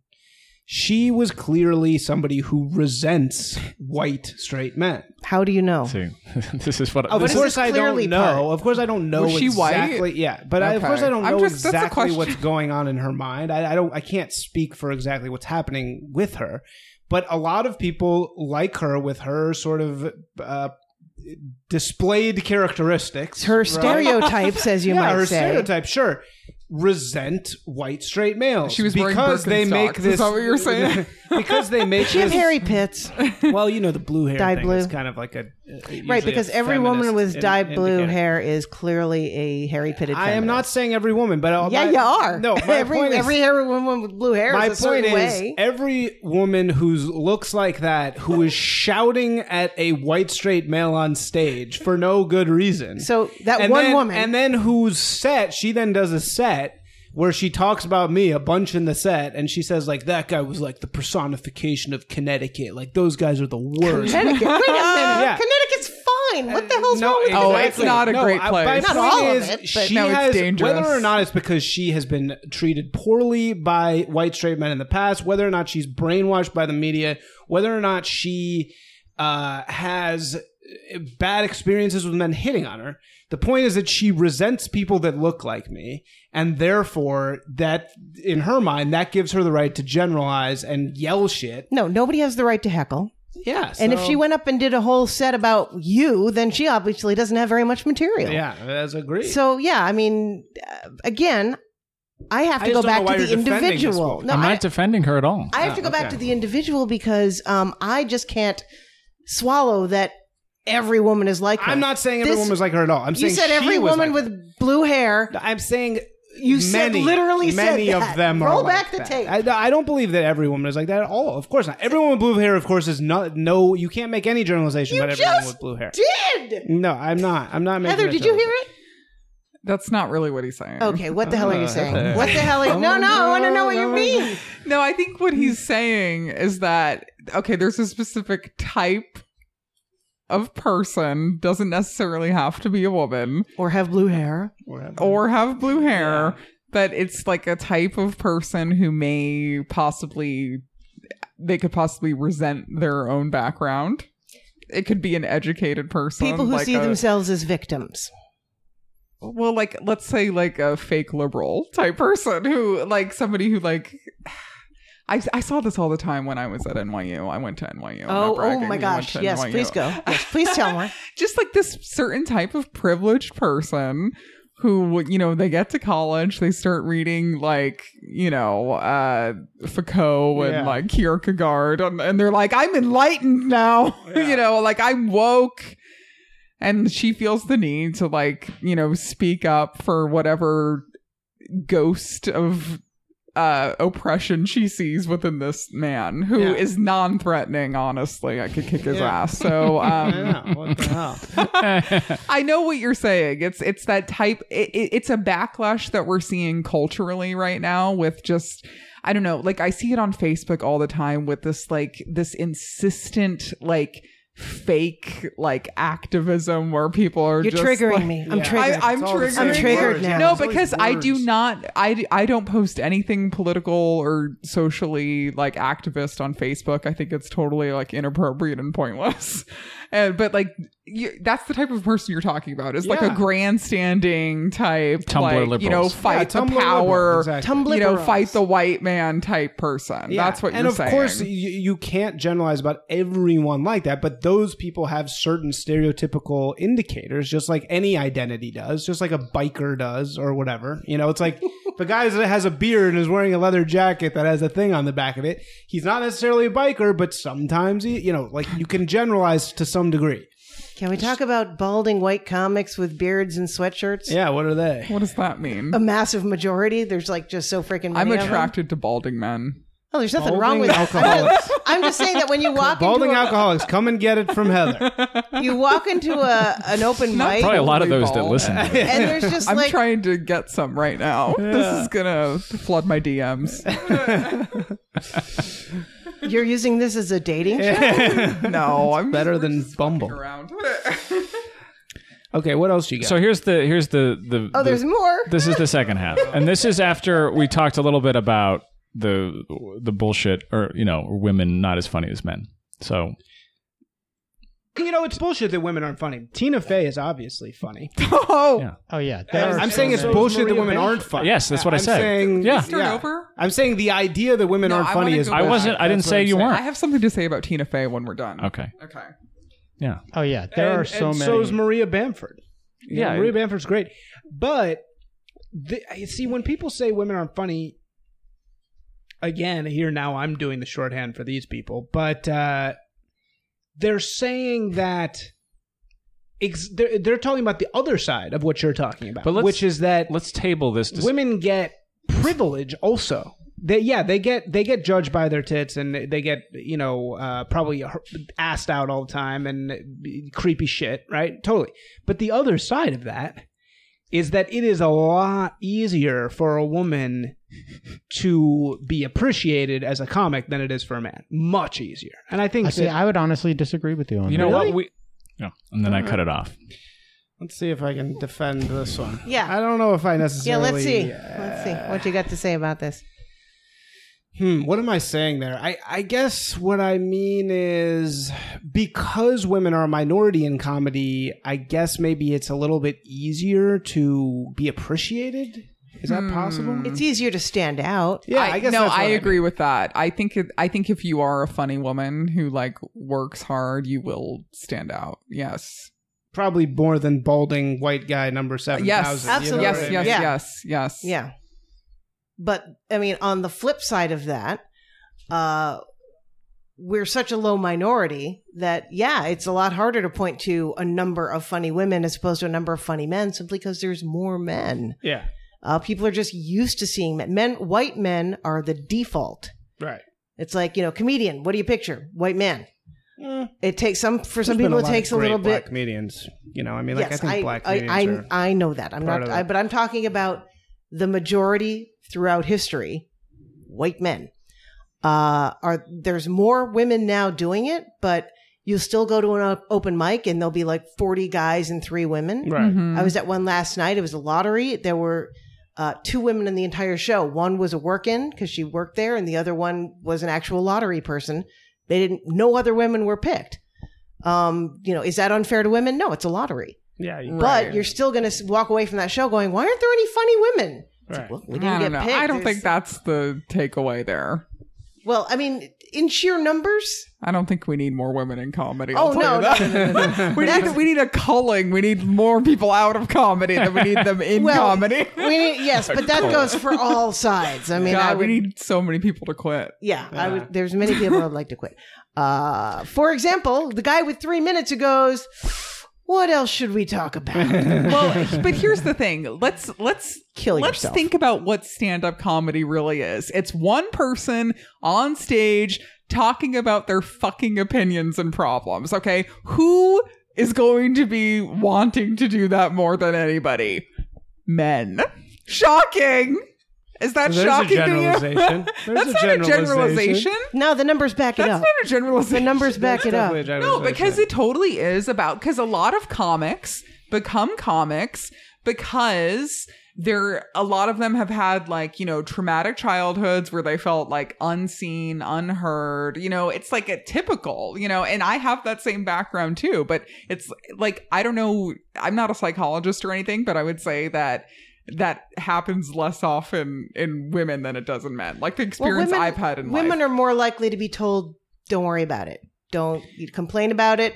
Speaker 4: She was clearly somebody who resents white straight men.
Speaker 3: How do you know?
Speaker 1: See, this is what
Speaker 4: Of
Speaker 1: this
Speaker 3: is
Speaker 4: course,
Speaker 3: this
Speaker 4: I
Speaker 3: clearly
Speaker 4: don't know.
Speaker 3: part?
Speaker 4: Of course, I don't know
Speaker 2: Was she white?
Speaker 4: exactly. Yeah, but I, of
Speaker 2: Okay.
Speaker 4: course, I don't
Speaker 2: I'm
Speaker 4: know
Speaker 2: just- that's a
Speaker 4: exactly
Speaker 2: question.
Speaker 4: what's going on in her mind. I, I don't. I can't speak for exactly what's happening with her. But a lot of people like her with her sort of uh, displayed characteristics.
Speaker 3: Her
Speaker 4: right?
Speaker 3: stereotypes, as you
Speaker 4: yeah,
Speaker 3: might
Speaker 4: her
Speaker 3: say.
Speaker 4: stereotype, sure. Resent white straight males.
Speaker 2: She was wearing
Speaker 4: because they
Speaker 2: Birkenstocks,
Speaker 4: make
Speaker 2: is
Speaker 4: this.
Speaker 2: that what you were saying?
Speaker 4: because they make
Speaker 3: She had
Speaker 4: this.
Speaker 3: hairy pits.
Speaker 4: well, you know the blue hair
Speaker 3: Dyed
Speaker 4: thing
Speaker 3: blue.
Speaker 4: is kind of like a uh, usually a
Speaker 3: right, because every woman
Speaker 4: feminist
Speaker 3: with
Speaker 4: in-
Speaker 3: dyed blue
Speaker 4: indicator.
Speaker 3: hair is clearly a hairy pitted.
Speaker 4: I am not saying every woman, but all
Speaker 3: Yeah,
Speaker 4: my-
Speaker 3: you are.
Speaker 4: No, my
Speaker 3: every
Speaker 4: point is,
Speaker 3: every hair woman with blue hair
Speaker 4: my
Speaker 3: is a certain
Speaker 4: point is
Speaker 3: way.
Speaker 4: every woman who looks like that, who is shouting at a white straight male on stage for no good reason.
Speaker 3: So that
Speaker 4: and
Speaker 3: one
Speaker 4: then,
Speaker 3: woman-
Speaker 4: and then whose set she then does a set where she talks about me a bunch in the set, and she says like that guy was like the personification of Connecticut. Like those guys are the worst.
Speaker 3: Connecticut. Wait a minute.
Speaker 4: Yeah.
Speaker 3: Connecticut's fine. What the hell's
Speaker 4: no,
Speaker 3: wrong with
Speaker 2: Oh, it's
Speaker 4: exactly.
Speaker 2: not a
Speaker 4: No,
Speaker 2: great
Speaker 4: I-
Speaker 2: place.
Speaker 4: my
Speaker 2: Not
Speaker 4: point
Speaker 3: all of
Speaker 4: is,
Speaker 3: it, but-
Speaker 4: she
Speaker 2: No, it's
Speaker 4: has,
Speaker 2: dangerous.
Speaker 4: Whether or not it's because she has been treated poorly by white straight men in the past, whether or not she's brainwashed by the media, whether or not she uh, has uh, bad experiences with men hitting on her. The point is that she resents people that look like me, and therefore that, in her mind, that gives her the right to generalize and yell shit.
Speaker 3: No, nobody has the right to heckle.
Speaker 4: Yeah,
Speaker 3: And if
Speaker 4: so-
Speaker 3: she went up and did a whole set about you, then she obviously doesn't have very much material.
Speaker 4: yeah, that's agreed.
Speaker 3: So yeah, I mean, uh, again, I have
Speaker 4: I
Speaker 3: to
Speaker 4: just
Speaker 3: go
Speaker 4: don't know
Speaker 3: back
Speaker 4: why
Speaker 3: to the
Speaker 4: you're defending this
Speaker 3: individual.
Speaker 4: woman.
Speaker 3: No,
Speaker 1: I'm
Speaker 3: I,
Speaker 1: not defending her at all.
Speaker 3: I have to go back
Speaker 4: okay.
Speaker 3: to the individual because um, I just can't swallow that every woman is like her.
Speaker 4: I'm not saying every
Speaker 3: This-
Speaker 4: woman was like her at all. I'm
Speaker 3: You
Speaker 4: saying
Speaker 3: said
Speaker 4: she
Speaker 3: every
Speaker 4: was
Speaker 3: woman
Speaker 4: like her.
Speaker 3: with blue hair.
Speaker 4: I'm saying
Speaker 3: You said-
Speaker 4: many,
Speaker 3: literally said
Speaker 4: many
Speaker 3: that.
Speaker 4: of them.
Speaker 3: Roll
Speaker 4: are
Speaker 3: back
Speaker 4: like
Speaker 3: the
Speaker 4: that.
Speaker 3: tape.
Speaker 4: I, no, I don't believe that every woman is like that at all. Of course not. Everyone with blue hair, of course, is not. No, you can't make any generalization
Speaker 3: You
Speaker 4: about everyone
Speaker 3: just
Speaker 4: with blue hair.
Speaker 3: Did
Speaker 4: No, I'm not. I'm not making.
Speaker 3: Heather?
Speaker 4: a
Speaker 3: Did you hear
Speaker 4: generalization.
Speaker 3: it?
Speaker 2: That's not really what he's saying.
Speaker 3: Okay, what the hell are you
Speaker 4: Uh,
Speaker 3: saying?
Speaker 4: Heather.
Speaker 3: What the hell? Are, no, no, I want to know what you mean.
Speaker 2: No, I think what he's saying is that okay, there's a specific type of person doesn't necessarily have to be a woman
Speaker 3: Or have blue hair.
Speaker 2: or have blue hair, but it's like a type of person who may possibly they could possibly resent their own background. It could be an educated person,
Speaker 3: People who
Speaker 2: like
Speaker 3: see
Speaker 2: a-
Speaker 3: themselves as victims.
Speaker 2: well, like let's say like a fake liberal type person who like somebody who like I, I saw this all the time when I was at NYU. I went to NYU. I'm not
Speaker 3: Oh, oh
Speaker 2: bragging. I
Speaker 3: my
Speaker 2: went
Speaker 3: gosh!
Speaker 2: to
Speaker 3: Yes,
Speaker 2: NYU.
Speaker 3: please go. Yes, please tell more.
Speaker 2: Just like this certain type of privileged person who you know they get to college they start reading like you know uh foucault and
Speaker 4: Yeah.
Speaker 2: like kierkegaard and, and they're like i'm enlightened now you know like i'm woke and she feels the need to like you know speak up for whatever ghost of uh oppression she sees within this man who
Speaker 4: Yeah.
Speaker 2: is non-threatening honestly i could kick his
Speaker 4: Yeah.
Speaker 2: ass so um
Speaker 4: I know. What the hell?
Speaker 2: I know what you're saying. It's it's that type. It, it- it's a backlash that we're seeing culturally right now with just I don't know. Like I see it on Facebook all the time with this like this insistent like fake like activism where people are
Speaker 3: You're
Speaker 2: just,
Speaker 3: triggering
Speaker 2: like-
Speaker 3: me. I'm
Speaker 4: Yeah.
Speaker 3: triggered.
Speaker 2: I, am
Speaker 4: It's all the
Speaker 2: triggered.
Speaker 4: same
Speaker 3: I'm triggered
Speaker 4: words.
Speaker 3: now.
Speaker 4: Yeah,
Speaker 2: No,
Speaker 4: it's always
Speaker 2: because I do
Speaker 4: words.
Speaker 2: not. I I don't post anything political or socially like activist on Facebook. I think it's totally like inappropriate and pointless. And but like you, that's the type of person you're talking about. It's like a
Speaker 4: Yeah.
Speaker 2: grandstanding type,
Speaker 1: Tumblr
Speaker 2: like, you know,
Speaker 1: liberals.
Speaker 2: fight the
Speaker 4: Yeah, Tumblr liberal,
Speaker 2: power,
Speaker 4: exactly.
Speaker 3: Tumblr
Speaker 2: you know,
Speaker 3: liberals.
Speaker 2: fight the white man type person.
Speaker 4: Yeah.
Speaker 2: That's what
Speaker 4: and
Speaker 2: you're
Speaker 4: of
Speaker 2: saying.
Speaker 4: course, you, you can't generalize about everyone like that, but those people have certain stereotypical indicators, just like any identity does, just like a biker does or whatever. You know, it's like the guy that has a beard and is wearing a leather jacket that has a thing on the back of it. He's not necessarily a biker, but sometimes he, you know, like you can generalize to some degree.
Speaker 3: Can we talk about balding white comics with beards and sweatshirts?
Speaker 4: Yeah, what are they?
Speaker 2: what does that mean?
Speaker 3: A massive majority. There's like just so freaking.
Speaker 2: I'm
Speaker 3: Many of them.
Speaker 2: attracted to balding men.
Speaker 3: Oh, there's nothing wrong with
Speaker 4: alcoholics.
Speaker 3: I'm just saying that when you walk
Speaker 4: Balding
Speaker 3: into a,
Speaker 4: alcoholics, come and get it from Heather.
Speaker 3: you walk into a an open mic,
Speaker 1: Probably a lot of those that
Speaker 2: Bald.
Speaker 1: listen. To it.
Speaker 3: and there's just
Speaker 2: I'm
Speaker 3: like
Speaker 2: trying to get some right now. This is gonna flood my DMs.
Speaker 3: you're using this as a dating show.
Speaker 2: no, I'm
Speaker 4: Better than Bumble.
Speaker 2: around.
Speaker 4: Okay, what else you got?
Speaker 1: So here's the here's the the.
Speaker 3: Oh,
Speaker 1: the-
Speaker 3: there's more.
Speaker 1: This is the second half, and this is after we talked a little bit about the the bullshit, or you know, women not as funny as men. So
Speaker 4: you know, it's bullshit that women aren't funny. Tina Fey is obviously funny.
Speaker 2: oh,
Speaker 1: Yeah.
Speaker 5: Oh yeah, there
Speaker 4: I'm
Speaker 5: are
Speaker 4: I'm saying it's
Speaker 5: so many-
Speaker 4: bullshit that
Speaker 5: Maria
Speaker 4: women
Speaker 5: Bench-
Speaker 4: aren't funny.
Speaker 1: Yes, that's what I
Speaker 4: I'm
Speaker 1: said.
Speaker 4: saying-
Speaker 1: Yeah.
Speaker 2: Start over?
Speaker 4: I'm saying the idea that women
Speaker 2: No,
Speaker 4: aren't
Speaker 2: I
Speaker 4: funny
Speaker 2: wanna
Speaker 4: is
Speaker 2: go
Speaker 1: I wasn't. I didn't say you
Speaker 2: I
Speaker 1: weren't.
Speaker 2: have something to say about Tina Fey when we're done.
Speaker 1: Okay.
Speaker 2: Okay.
Speaker 1: Yeah.
Speaker 5: Oh yeah, there
Speaker 4: and,
Speaker 5: are so
Speaker 4: and
Speaker 5: many.
Speaker 4: So is Maria Bamford. You know,
Speaker 1: Yeah.
Speaker 4: Maria Bamford's great, but the, I- see, when people say women aren't funny, again, here now I'm doing the shorthand for these people, but uh, they're saying that. Ex- they're, they're talking about the other side of what you're talking about,
Speaker 1: But let's-
Speaker 4: which is that
Speaker 1: Let's table this. Dis-
Speaker 4: women get privilege also they yeah they get they get judged by their tits and they get you know uh, probably har- asked out all the time and creepy shit right totally but the other side of that is that it is a lot easier for a woman to be appreciated as a comic than it is for a man much easier and i think
Speaker 5: I Uh, see.
Speaker 4: that-
Speaker 5: I would honestly disagree with you on
Speaker 1: you know
Speaker 5: that.
Speaker 1: what we Uh-huh. Yeah. And then I cut it off.
Speaker 4: Let's see if I can defend this one.
Speaker 3: Yeah.
Speaker 4: I don't know if I
Speaker 3: Yeah,
Speaker 4: necessarily.
Speaker 3: let's see. Let's see what you got to say about this.
Speaker 4: Hmm, what am I saying there? I, I guess what I mean is because women are a minority in comedy, I guess maybe it's a little bit easier to be appreciated. Is that possible?
Speaker 3: It's easier to stand out.
Speaker 4: yeah, I, guess
Speaker 2: no,
Speaker 4: that's what
Speaker 2: I
Speaker 4: mean.
Speaker 2: agree with that. I think it, I think if you are a funny woman who like works hard, you will stand out. Yes,
Speaker 4: Probably more than balding white guy number seven
Speaker 2: yes,
Speaker 4: thousand.
Speaker 3: Absolutely.
Speaker 2: yes,
Speaker 3: what I
Speaker 2: yes,
Speaker 3: mean? Yeah.
Speaker 2: yes, yes.
Speaker 3: Yeah. But I mean, on the flip side of that, uh, we're such a low minority that yeah, it's a lot harder to point to a number of funny women as opposed to a number of funny men simply because there's more men.
Speaker 4: Yeah.
Speaker 3: Uh, people are just used to seeing men. Men, white men are the default.
Speaker 4: Right.
Speaker 3: It's like you know, comedian. What do you picture? White man. It takes some for some
Speaker 4: Hmm. There's been
Speaker 3: people. It
Speaker 4: lot of
Speaker 3: takes a
Speaker 4: great
Speaker 3: little bit.
Speaker 4: Black comedians, you know, I mean, like
Speaker 3: yes,
Speaker 4: I think
Speaker 3: I
Speaker 4: black
Speaker 3: I,
Speaker 4: comedians
Speaker 3: I,
Speaker 4: are.
Speaker 3: I know that. I'm
Speaker 4: part
Speaker 3: not,
Speaker 4: of
Speaker 3: I,
Speaker 4: it.
Speaker 3: but I'm talking about the majority throughout history, white men. Uh, are there's more women now doing it, but you still go to an op- open mic and there'll be like 40 guys and three women.
Speaker 4: right.
Speaker 2: Mhm.
Speaker 3: I was at one last night. It was a lottery. There were uh, two women in the entire show. One was a work in because she worked there, and the other one was an actual lottery person. They didn't. No other women were picked. Um, you know, is that unfair to women? No, it's a lottery.
Speaker 4: Yeah. you-
Speaker 3: But you're still going to walk away from that show going, "Why aren't there any funny women?" It's
Speaker 4: Right.
Speaker 3: like, well, we
Speaker 2: I
Speaker 3: didn't
Speaker 2: don't
Speaker 3: get
Speaker 2: know.
Speaker 3: picked.
Speaker 2: I don't
Speaker 3: There's-
Speaker 2: think that's the takeaway there.
Speaker 3: Well, I mean, in sheer numbers,
Speaker 2: I don't think we need more women in comedy. I'll
Speaker 3: Oh,
Speaker 2: tell you
Speaker 3: no,
Speaker 2: that. we need we need a culling. We need more people out of comedy than we need them in
Speaker 3: Well,
Speaker 2: comedy.
Speaker 3: we need yes, but that goes for all sides. I mean, I
Speaker 2: God,
Speaker 3: would,
Speaker 2: we need so many people to quit.
Speaker 3: Yeah, I would, there's many people I'd like to quit. Uh, for example, the guy with three minutes who goes, "What else should we talk about?"
Speaker 2: well, but here's the thing. Let's let's
Speaker 3: Kill
Speaker 2: Let's
Speaker 3: yourself.
Speaker 2: think about what stand-up comedy really is. It's one person on stage talking about their fucking opinions and problems. Okay, who is going to be wanting to do that more than anybody? Men. Shocking. Is that
Speaker 4: There's a
Speaker 2: shocking to you?
Speaker 4: generalization. There's
Speaker 2: That's not a generalization.
Speaker 3: no, the numbers back it
Speaker 2: That's
Speaker 3: up.
Speaker 2: not a
Speaker 3: the
Speaker 2: generalization.
Speaker 3: numbers back it up.
Speaker 4: Definitely a
Speaker 2: No,
Speaker 4: generalization.
Speaker 2: because it totally is about because a lot of comics become comics because there a lot of them have had like you know traumatic childhoods where they felt like unseen unheard you know it's like a typical you know and i have that same background too but it's like i don't know i'm not a psychologist or anything but i would say that that happens less often in women than it does in men like the experience i've had in
Speaker 3: women
Speaker 2: life
Speaker 3: are more likely to be told, "Don't worry about it. Don't you complain about it.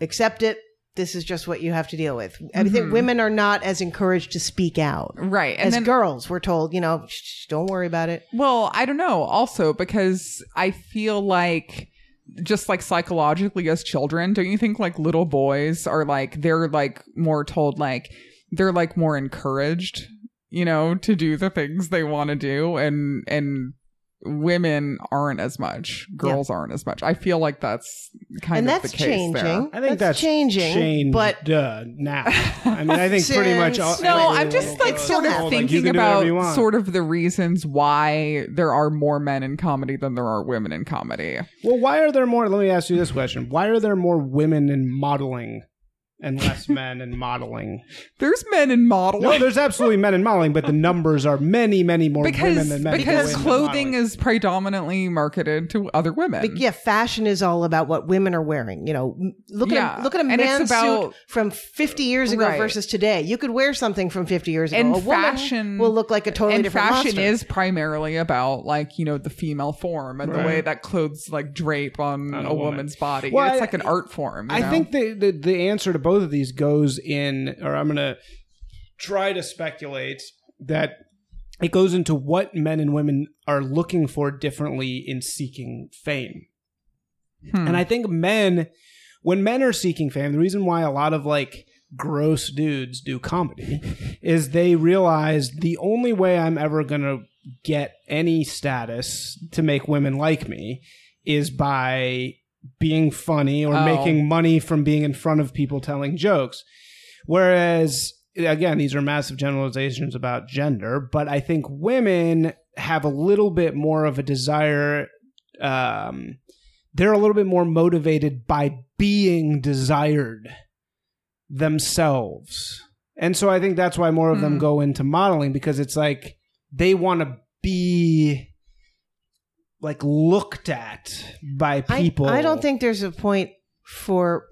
Speaker 3: Accept it. This is just what you have to deal with." I think women are not as encouraged to speak out.
Speaker 2: right Mm-hmm. and
Speaker 3: As
Speaker 2: then
Speaker 3: girls, we're told, you know, "Shh, shh, don't worry about it.
Speaker 2: Well, I don't know. Also, because I feel like just like psychologically as children, don't you think like little boys are like they're like more told like they're like more encouraged, you know, to do the things they want to do and and women aren't as much. Girls aren't as much. I feel like that's kind
Speaker 3: and
Speaker 2: of
Speaker 3: that's
Speaker 2: the case
Speaker 3: changing.
Speaker 2: there.
Speaker 4: I think that's,
Speaker 3: changing.
Speaker 4: changed,
Speaker 3: but
Speaker 4: uh, now. I mean, I think pretty much all.
Speaker 3: Since-
Speaker 2: No,
Speaker 4: every
Speaker 2: I'm just
Speaker 4: little
Speaker 2: like
Speaker 4: girl
Speaker 2: sort
Speaker 4: is
Speaker 2: of
Speaker 4: told, like, you
Speaker 2: thinking
Speaker 4: can do whatever you
Speaker 2: about
Speaker 4: want.
Speaker 2: sort of the reasons why there are more men in comedy than there are women in comedy.
Speaker 4: Well, why are there more? Let me ask you this question: Why are there more women in modeling and less men in modeling?
Speaker 2: There's men in modeling.
Speaker 4: No, there's absolutely men in modeling, but the numbers are many, many more women
Speaker 2: because
Speaker 4: than men.
Speaker 2: because
Speaker 4: in
Speaker 2: clothing
Speaker 4: modeling.
Speaker 2: is predominantly marketed to other women.
Speaker 3: But yeah, fashion is all about what women are wearing. You know, M- look at
Speaker 2: Yeah,
Speaker 3: a, look at a
Speaker 2: and it's
Speaker 3: man's suit
Speaker 2: about-
Speaker 3: from 50 years ago
Speaker 2: Right.
Speaker 3: versus today. You could wear something from 50 years ago.
Speaker 2: And
Speaker 3: a woman
Speaker 2: fashion-
Speaker 3: will look like a totally
Speaker 2: and
Speaker 3: different
Speaker 2: fashion
Speaker 3: monster.
Speaker 2: is primarily about like you know the female form and
Speaker 4: Right.
Speaker 2: the way that clothes like drape on
Speaker 4: On
Speaker 2: a,
Speaker 4: a woman.
Speaker 2: woman's body.
Speaker 4: Well,
Speaker 2: it's
Speaker 4: I-
Speaker 2: like an art form. you
Speaker 4: I
Speaker 2: know?
Speaker 4: think the, the the answer to both of these goes in, or I'm gonna try to speculate that it goes into what men and women are looking for differently in seeking fame.
Speaker 2: Hmm.
Speaker 4: And I think men, when men are seeking fame, the reason why a lot of like gross dudes do comedy is they realize the only way I'm ever going to get any status to make women like me is by being funny or
Speaker 2: Oh.
Speaker 4: making money from being in front of people telling jokes. Whereas, again, these are massive generalizations about gender, but I think women have a little bit more of a desire um, they're a little bit more motivated by being desired themselves. And so I think that's why more of them
Speaker 3: Hmm.
Speaker 2: Mm.
Speaker 4: go into modeling because it's like they want to be like looked at by
Speaker 3: I,
Speaker 4: people.
Speaker 3: I don't think there's a point for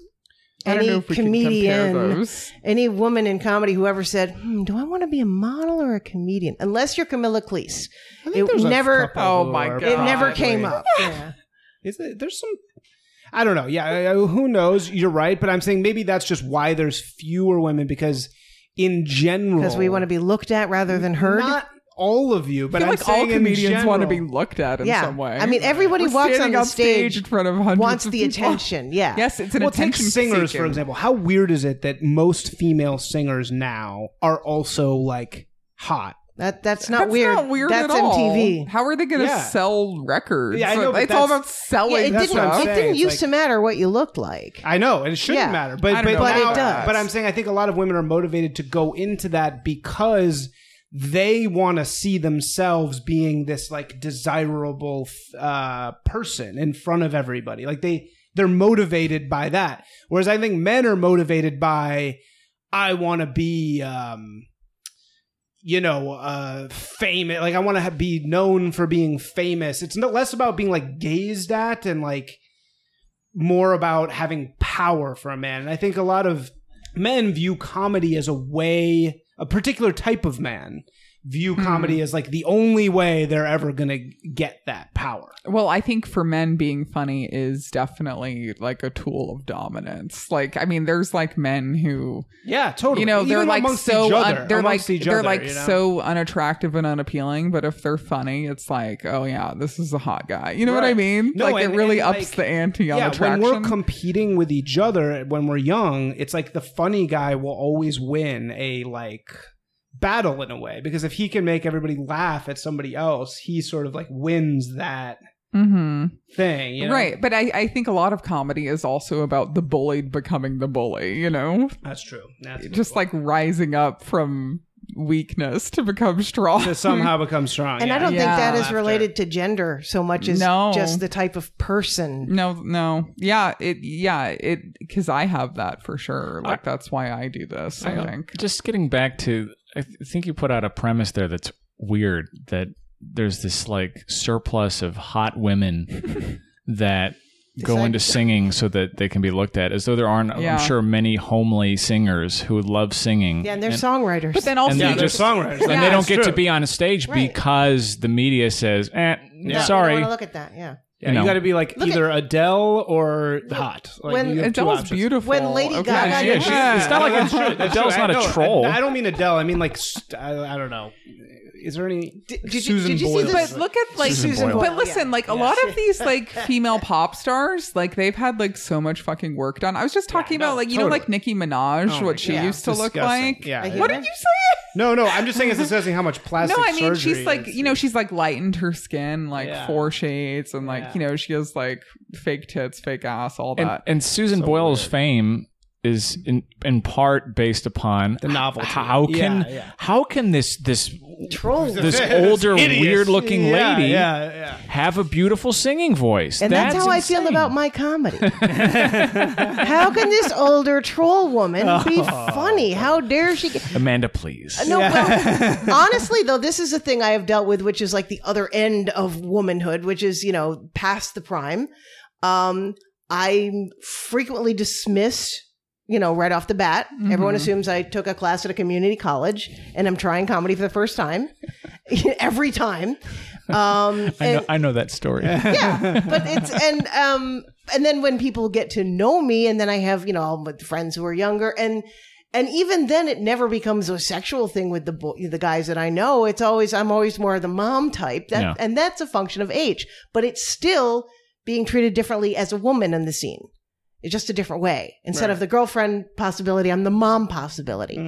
Speaker 2: I don't know
Speaker 3: any
Speaker 2: if we can compare Hmm?
Speaker 3: comedian,
Speaker 2: those.
Speaker 3: any woman in comedy who ever said, hmm, "Do I want to be a model or a comedian?" Unless you're Camilla Cleese,
Speaker 4: I think
Speaker 3: it
Speaker 4: there's a
Speaker 3: never-
Speaker 4: couple
Speaker 2: Oh
Speaker 4: who
Speaker 2: my
Speaker 4: are
Speaker 2: God.
Speaker 3: it never
Speaker 4: probably-
Speaker 3: came up. Yeah.
Speaker 4: Is it, there's some. I don't know. Yeah, I- I- who knows? You're right, but I'm saying maybe that's just why there's fewer women because, in general,
Speaker 3: because we want to be looked at rather than heard.
Speaker 4: Not all of you,
Speaker 2: I
Speaker 4: but
Speaker 2: feel
Speaker 4: I'm
Speaker 2: like all
Speaker 4: saying in
Speaker 2: comedians want to be
Speaker 4: general.
Speaker 2: looked at in
Speaker 3: yeah,
Speaker 2: some way.
Speaker 3: I mean, everybody
Speaker 2: We're
Speaker 3: walks on
Speaker 2: standing
Speaker 3: the
Speaker 2: on stage in front of hundreds
Speaker 3: wants
Speaker 2: of
Speaker 3: the
Speaker 2: people.
Speaker 3: attention. Yeah,
Speaker 2: Yes, it's an
Speaker 4: Well, take
Speaker 2: attention
Speaker 4: singers
Speaker 2: seeking.
Speaker 4: for example. How weird is it that most female singers now are also like hot?
Speaker 3: that that's not
Speaker 2: That's
Speaker 3: weird.
Speaker 2: not weird
Speaker 3: that's
Speaker 2: at all.
Speaker 3: MTV.
Speaker 2: How are they going to
Speaker 4: Yeah.
Speaker 2: sell records?
Speaker 4: Yeah, I know, but
Speaker 2: it's all
Speaker 4: that's-
Speaker 2: about selling.
Speaker 3: Yeah, it
Speaker 4: Oh, that's
Speaker 3: didn't.
Speaker 4: what I'm
Speaker 3: It
Speaker 2: stuff.
Speaker 4: saying.
Speaker 3: didn't
Speaker 4: It's
Speaker 3: used
Speaker 4: like-
Speaker 3: to matter what you looked like.
Speaker 4: I know, and it shouldn't
Speaker 3: Yeah.
Speaker 4: matter.
Speaker 2: I
Speaker 4: But
Speaker 2: don't
Speaker 4: but,
Speaker 2: know But
Speaker 3: about
Speaker 4: now-
Speaker 3: it does.
Speaker 4: but I'm saying I think a lot of women are motivated to go into that because they want to see themselves being this like desirable uh, person in front of everybody. Like they they're motivated by that. Whereas I think men are motivated by I want to be. Um, you know, uh, famous. Like I want to ha- be known for being famous. It's no less about being like gazed at and like more about having power for a man. And I think a lot of men view comedy as a way, a particular type of man view
Speaker 2: Hmm.
Speaker 4: comedy as like the only way they're ever going to get that power.
Speaker 2: Well, I think for men being funny is definitely like a tool of dominance. Like, I mean, there's like men who
Speaker 4: Yeah, totally.
Speaker 2: you know they're
Speaker 4: Even
Speaker 2: like
Speaker 4: amongst
Speaker 2: so
Speaker 4: each other,
Speaker 2: un- they're like
Speaker 4: amongst each
Speaker 2: they're
Speaker 4: other,
Speaker 2: like
Speaker 4: you know?
Speaker 2: so unattractive and unappealing. But if they're funny, it's like oh yeah, this is a hot guy. You know what I
Speaker 4: Right.
Speaker 2: mean?
Speaker 4: No,
Speaker 2: like
Speaker 4: and-
Speaker 2: it really
Speaker 4: and,
Speaker 2: ups
Speaker 4: like,
Speaker 2: the ante on
Speaker 4: yeah, when
Speaker 2: attraction.
Speaker 4: we're competing with each other when we're young, it's like the funny guy will always win a like battle in a way because if he can make everybody laugh at somebody else, he sort of like wins that
Speaker 2: mm-hmm.
Speaker 4: thing, you know?
Speaker 2: Right, but I, I think a lot of comedy is also about the bullied becoming the bully, you know?
Speaker 4: That's true. That's
Speaker 2: Just like rising up from weakness to become strong.
Speaker 4: to somehow become strong.
Speaker 3: And
Speaker 4: yeah.
Speaker 3: I don't
Speaker 2: Yeah.
Speaker 3: think that is
Speaker 4: Laughter.
Speaker 3: related to gender so much as
Speaker 2: No. Mm.
Speaker 3: just the type of person.
Speaker 2: No, no. Yeah, it yeah, it cuz I have that for sure. Like that's why I do this, I,
Speaker 1: I-
Speaker 2: think.
Speaker 1: Just getting back to, I th- think you put out a premise there that's weird that there's this like surplus of hot women that go
Speaker 3: like-
Speaker 1: into singing so that they can be looked at, as though there aren't,
Speaker 2: Yeah.
Speaker 1: I'm sure, many homely singers who love singing.
Speaker 3: Yeah, and they're songwriters.
Speaker 2: But then also
Speaker 1: and
Speaker 4: Yeah,
Speaker 1: they
Speaker 4: they're
Speaker 1: just-
Speaker 4: songwriters.
Speaker 1: and
Speaker 2: Yeah,
Speaker 1: they don't
Speaker 4: it's
Speaker 1: get to
Speaker 4: true.
Speaker 1: be on a stage
Speaker 3: Right.
Speaker 1: because the media says, eh,
Speaker 3: No, we
Speaker 1: sorry.
Speaker 3: don't want to look at that. Yeah.
Speaker 4: Yeah, you
Speaker 1: know.
Speaker 4: got to be like
Speaker 3: Look
Speaker 4: either Adele or hot. Like
Speaker 3: When-
Speaker 4: you have two
Speaker 2: Adele's
Speaker 4: options.
Speaker 2: beautiful.
Speaker 3: When Lady
Speaker 2: Okay.
Speaker 3: Gaga-
Speaker 1: yeah, she is. She- it's not like
Speaker 4: That's true.
Speaker 1: a,
Speaker 4: That's
Speaker 1: Adele's
Speaker 4: true.
Speaker 1: not
Speaker 4: I know.
Speaker 1: a troll.
Speaker 4: I, I don't mean Adele. I mean like st- I, I don't know. Is there any
Speaker 3: Did- did you-
Speaker 4: Susan
Speaker 3: did you see
Speaker 4: Boyle?
Speaker 3: this-
Speaker 2: But look at like
Speaker 1: Susan
Speaker 2: Susan,
Speaker 1: Susan Boyle.
Speaker 3: Boyle,
Speaker 2: but listen,
Speaker 3: yeah.
Speaker 2: like a lot of these like female pop stars, like they've had like so much fucking work done. I was just talking
Speaker 4: no,
Speaker 2: about like you know
Speaker 4: totally.
Speaker 2: like Nicki Minaj,
Speaker 4: Oh my
Speaker 2: what she
Speaker 3: God.
Speaker 2: used to look
Speaker 4: Disgusting.
Speaker 2: like.
Speaker 4: Yeah.
Speaker 3: I
Speaker 2: What
Speaker 3: hear
Speaker 2: did you say?
Speaker 4: No, no. I'm just saying it's discussing how much plastic.
Speaker 2: no, I mean
Speaker 4: surgery
Speaker 2: she's like
Speaker 4: is.
Speaker 2: you know she's like lightened her skin like
Speaker 4: Yeah.
Speaker 2: four shades and like
Speaker 4: Yeah.
Speaker 2: you know she has like fake tits, fake ass, all
Speaker 1: and,
Speaker 2: that.
Speaker 1: and Susan
Speaker 4: So
Speaker 1: Boyle's
Speaker 4: weird.
Speaker 1: fame is in in part based upon
Speaker 4: The novelty.
Speaker 1: How can
Speaker 4: Yeah, yeah.
Speaker 1: how can this this
Speaker 3: Trolls.
Speaker 1: this older
Speaker 4: Hideous.
Speaker 1: weird looking
Speaker 4: Yeah,
Speaker 1: lady
Speaker 4: Yeah, yeah.
Speaker 1: have a beautiful singing voice?
Speaker 3: And that's, how I
Speaker 1: insane.
Speaker 3: feel about my comedy. How can this older troll woman be funny? How dare she? Get-
Speaker 1: Amanda. Please,
Speaker 3: no, well, honestly, though, this is a thing I have dealt with, which is like the other end of womanhood, which is, you know, past the prime. Um, I'm frequently dismissed, you know, right off the bat.
Speaker 1: Mm-hmm.
Speaker 3: Everyone assumes I took a class at a community college and I'm trying comedy for the first time every time. Um,
Speaker 1: I, know,
Speaker 3: and-
Speaker 1: I know that story.
Speaker 3: yeah but it's and um and then when people get to know me and then i have you know I'm with friends who are younger and and even then it never becomes a sexual thing with the bo- the guys that i know it's always i'm always more the mom type that
Speaker 1: Yeah.
Speaker 3: and that's a function of age but it's still being treated differently as a woman in the scene it's just a different way instead of the girlfriend possibility i'm the mom possibility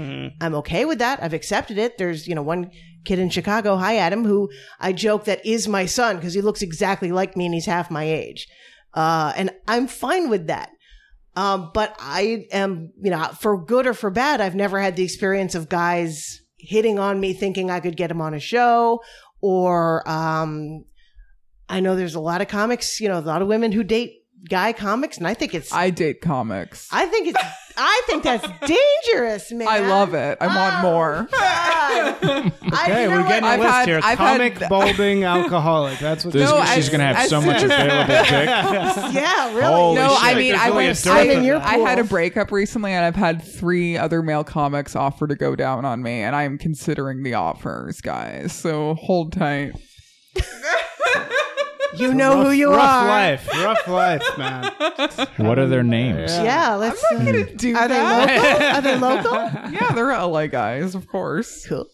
Speaker 3: I'm okay with that. I've accepted it. There's, you know, one kid in Chicago, hi Adam, who I joke that is my son because he looks exactly like me and he's half my age. Uh, and I'm fine with that. Um, but I am, you know, for good or for bad, I've never had the experience of guys hitting on me thinking I could get him on a show or, um, I know there's a lot of comics, you know, a lot of women who date guy comics, and I think it's I,
Speaker 2: I date comics. I,
Speaker 3: think it's I think that's dangerous, man.
Speaker 2: love it. I want
Speaker 1: Oh.
Speaker 2: more.
Speaker 3: God. I,
Speaker 4: Hey,
Speaker 3: you know
Speaker 4: we're
Speaker 3: what?
Speaker 4: getting a
Speaker 2: I've
Speaker 4: list
Speaker 2: had-
Speaker 4: here.
Speaker 2: I've had
Speaker 4: Comic
Speaker 2: th-
Speaker 4: bulbing alcoholic. That's what
Speaker 1: This,
Speaker 2: No,
Speaker 1: she's
Speaker 2: I-
Speaker 1: going to have
Speaker 2: I
Speaker 1: so much
Speaker 2: said-
Speaker 1: available dick.
Speaker 3: yeah, really.
Speaker 1: Holy
Speaker 2: no, I
Speaker 1: shit,
Speaker 2: mean,
Speaker 1: there's
Speaker 2: I
Speaker 1: only a
Speaker 2: went.
Speaker 1: dearth
Speaker 2: I,
Speaker 1: of
Speaker 3: in your
Speaker 2: I had a
Speaker 3: pool.
Speaker 2: breakup recently, and I've had three other male comics offer to go down on me, and I'm considering the offers, guys. So hold tight.
Speaker 3: you know who you
Speaker 4: rough
Speaker 3: are.
Speaker 4: life, rough life, man.
Speaker 1: What are their names?
Speaker 3: Yeah, let's.
Speaker 2: I'm not gonna do
Speaker 3: are they
Speaker 2: that.
Speaker 3: local? Are they local?
Speaker 2: yeah, they're LA guys, of course.
Speaker 3: Cool.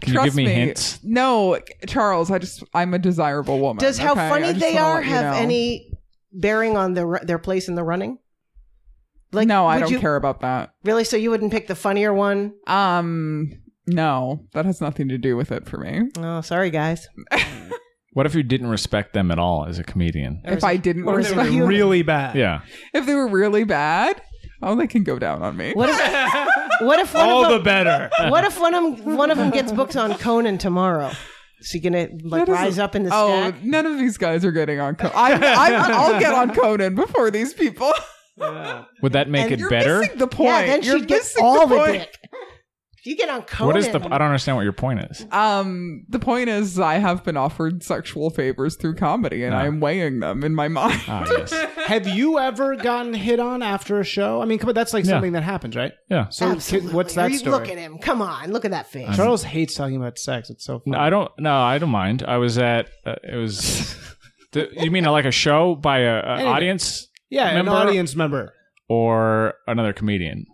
Speaker 1: Can you
Speaker 2: Trust
Speaker 1: give me,
Speaker 2: me.
Speaker 1: hints?
Speaker 2: No, Charles, I just I'm a desirable woman.
Speaker 3: Does how
Speaker 2: okay? I
Speaker 3: funny
Speaker 2: just
Speaker 3: they
Speaker 2: wanna
Speaker 3: are
Speaker 2: let you
Speaker 3: have
Speaker 2: know.
Speaker 3: any bearing on their ru- their place in the running?
Speaker 2: no, I
Speaker 3: would
Speaker 2: don't
Speaker 3: you-
Speaker 2: care about that.
Speaker 3: Really? So you wouldn't pick the funnier one?
Speaker 2: Um, no, that has nothing to do with it for me.
Speaker 3: Oh, sorry, guys.
Speaker 1: What if you didn't respect them at all as a comedian?
Speaker 2: if I didn't
Speaker 4: Or they
Speaker 2: respect,
Speaker 4: were really bad.
Speaker 1: Yeah.
Speaker 2: if they were really bad, oh, they can go down on me.
Speaker 3: What if, what if one
Speaker 4: All
Speaker 3: of
Speaker 4: the
Speaker 3: them,
Speaker 4: better.
Speaker 3: what if one of 'em- one of them gets booked on Conan tomorrow? Is he gonna like
Speaker 2: That is-
Speaker 3: rise up in the
Speaker 2: Oh,
Speaker 3: stack?
Speaker 2: none of these guys are getting on Conan. I'm, I'm, I'll get on Conan before these people.
Speaker 1: Would that make it
Speaker 2: You're
Speaker 1: better?
Speaker 2: missing the point.
Speaker 3: Yeah, then
Speaker 2: You're
Speaker 3: she'd get
Speaker 2: missing
Speaker 3: all
Speaker 2: the,
Speaker 3: the,
Speaker 2: point.
Speaker 3: dick. If you get on Conan,
Speaker 1: What is the? I don't understand what your point is.
Speaker 2: Um, the point is, I have been offered sexual favors through comedy, and
Speaker 1: Ah.
Speaker 2: I'm weighing them in my mind.
Speaker 1: Ah, yes.
Speaker 4: Have you ever gotten hit on after a show? I mean, come on, that's like
Speaker 1: Yeah.
Speaker 4: something that happens, right?
Speaker 1: Yeah.
Speaker 4: So,
Speaker 3: Absolutely.
Speaker 4: kid, what's
Speaker 3: Are
Speaker 4: that
Speaker 3: you-
Speaker 4: story?
Speaker 3: Look at him. Come on, look at that face.
Speaker 4: Charles hates talking about sex. It's so funny.
Speaker 1: No, I don't. No, I don't mind. I was at. Uh, it was. Th- you mean like a show by a, a audience
Speaker 4: yeah,
Speaker 1: Member-
Speaker 4: an audience member.
Speaker 1: or another comedian?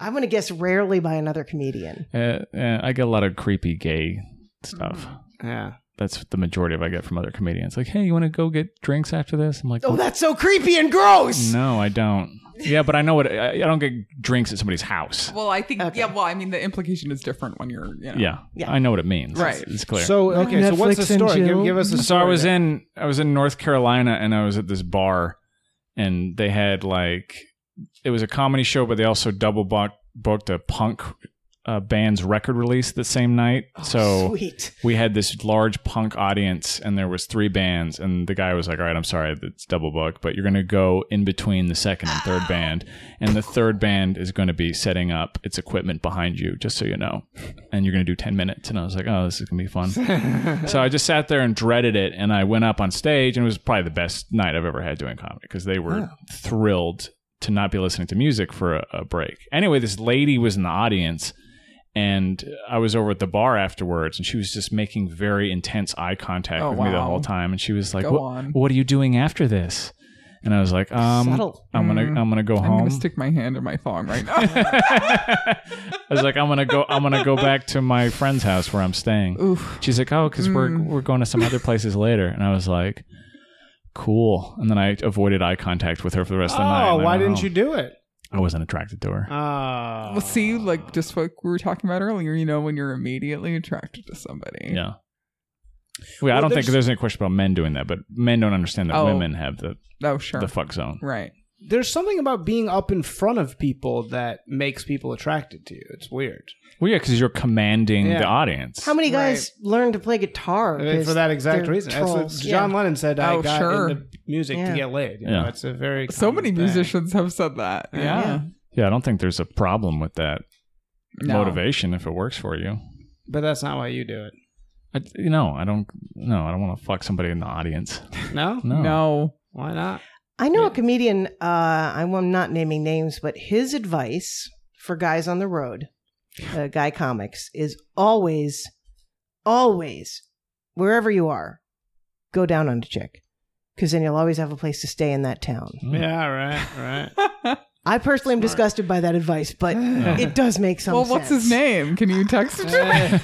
Speaker 3: I'm gonna guess rarely by another comedian.
Speaker 1: Uh, uh, I get a lot of creepy gay stuff.
Speaker 3: Mm-hmm.
Speaker 4: Yeah.
Speaker 1: That's the majority of I get from other comedians. Like, hey, you want to go get drinks after this? I'm like, "Mm,
Speaker 3: Oh, that's so creepy and gross.
Speaker 1: no, I don't. Yeah, but I know what. I, I don't get drinks at somebody's house.
Speaker 2: Well, I think, yeah, well, I mean, the implication is different when you're, you know.
Speaker 1: Yeah,
Speaker 3: Oh, Yeah.
Speaker 1: I know what it means. It's-
Speaker 2: Right.
Speaker 1: it's clear.
Speaker 4: So okay, so what's the
Speaker 6: Netflix and
Speaker 4: story? Give,
Speaker 6: chill.
Speaker 4: give us a story.
Speaker 1: so I was in I was in North Carolina and I was at this bar and they had like it was a comedy show but they also double bu- booked a punk uh, band's record release the same night. so
Speaker 3: Sweet.
Speaker 1: we had this large punk audience and there was three bands and the guy was like, "All right, I'm sorry, it's double booked, but you're going to go in between the second and third band and the third band is going to be setting up its equipment behind you just so you know. And you're going to do 10 minutes." And I was like, "Oh, this is going to be fun." So I just sat there and dreaded it, and I went up on stage, and it was probably the best night I've ever had doing comedy because they were thrilled to not be listening to music for a, a break. Anyway, this lady was in the audience, and I was over at the bar afterwards, and she was just making very intense eye contact
Speaker 2: Oh,
Speaker 1: with me the
Speaker 2: wow.
Speaker 1: whole time, and she was like,
Speaker 2: Go
Speaker 1: "What?
Speaker 2: on.
Speaker 1: What are you doing after this?" And I was like, um,
Speaker 3: Subtle.
Speaker 1: I'm gonna, I'm gonna go
Speaker 2: Mm. I'm
Speaker 1: home.
Speaker 2: going to stick my hand in my thong right now.
Speaker 1: I was like, I'm gonna go. I'm gonna go back to my friend's house where I'm staying. She's like, oh, because we're we're going to some other places later. And I was like, cool. And then I avoided eye contact with her for the rest of the night.
Speaker 4: Oh,
Speaker 1: and I
Speaker 4: why
Speaker 1: went
Speaker 4: didn't
Speaker 1: home.
Speaker 4: you do it?
Speaker 1: I wasn't attracted to her.
Speaker 4: Oh.
Speaker 2: well, see,
Speaker 1: Uh,
Speaker 2: like just what we were talking about earlier, you know, when you're immediately attracted to somebody.
Speaker 1: yeah. Wait, I
Speaker 4: Well,
Speaker 1: don't think
Speaker 4: there's-
Speaker 1: there's any question about men doing that, but men don't understand that
Speaker 2: Oh.
Speaker 1: women have the
Speaker 2: Oh, sure.
Speaker 1: the fuck zone.
Speaker 2: right.
Speaker 4: There's something about being up in front of people that makes people attracted to you. It's weird.
Speaker 1: Well, yeah, because you're commanding
Speaker 4: Yeah.
Speaker 1: the audience.
Speaker 3: How many guys learn to play guitar
Speaker 4: I mean,
Speaker 3: because
Speaker 4: Uh, for that exact
Speaker 3: they're
Speaker 4: reason.
Speaker 3: trolls?
Speaker 4: That's what John
Speaker 3: Yeah.
Speaker 4: Lennon said. I
Speaker 2: Oh,
Speaker 4: got
Speaker 2: sure.
Speaker 4: into music
Speaker 3: Yeah.
Speaker 4: to get laid. You
Speaker 1: Yeah.
Speaker 4: know, it's a very
Speaker 2: So
Speaker 4: common
Speaker 2: many
Speaker 4: thing.
Speaker 2: musicians have said that. Yeah.
Speaker 3: Yeah.
Speaker 1: yeah, I don't think there's a problem with that
Speaker 2: No.
Speaker 1: motivation if it works for you.
Speaker 4: but that's not why you do it.
Speaker 1: I, you know, I don't. No, I don't want to fuck somebody in the audience.
Speaker 4: No,
Speaker 1: No.
Speaker 2: No.
Speaker 4: why not?
Speaker 3: I know a comedian. Uh, I'm not naming names, but his advice for guys on the road, uh, guy comics, is always, always, wherever you are, go down on a chick, because then you'll always have a place to stay in that town.
Speaker 1: Mm.
Speaker 4: Yeah, right, right.
Speaker 3: I personally am disgusted by that advice, but it does make some
Speaker 2: Well,
Speaker 3: sense.
Speaker 2: what's his name? Can you text him?
Speaker 3: He's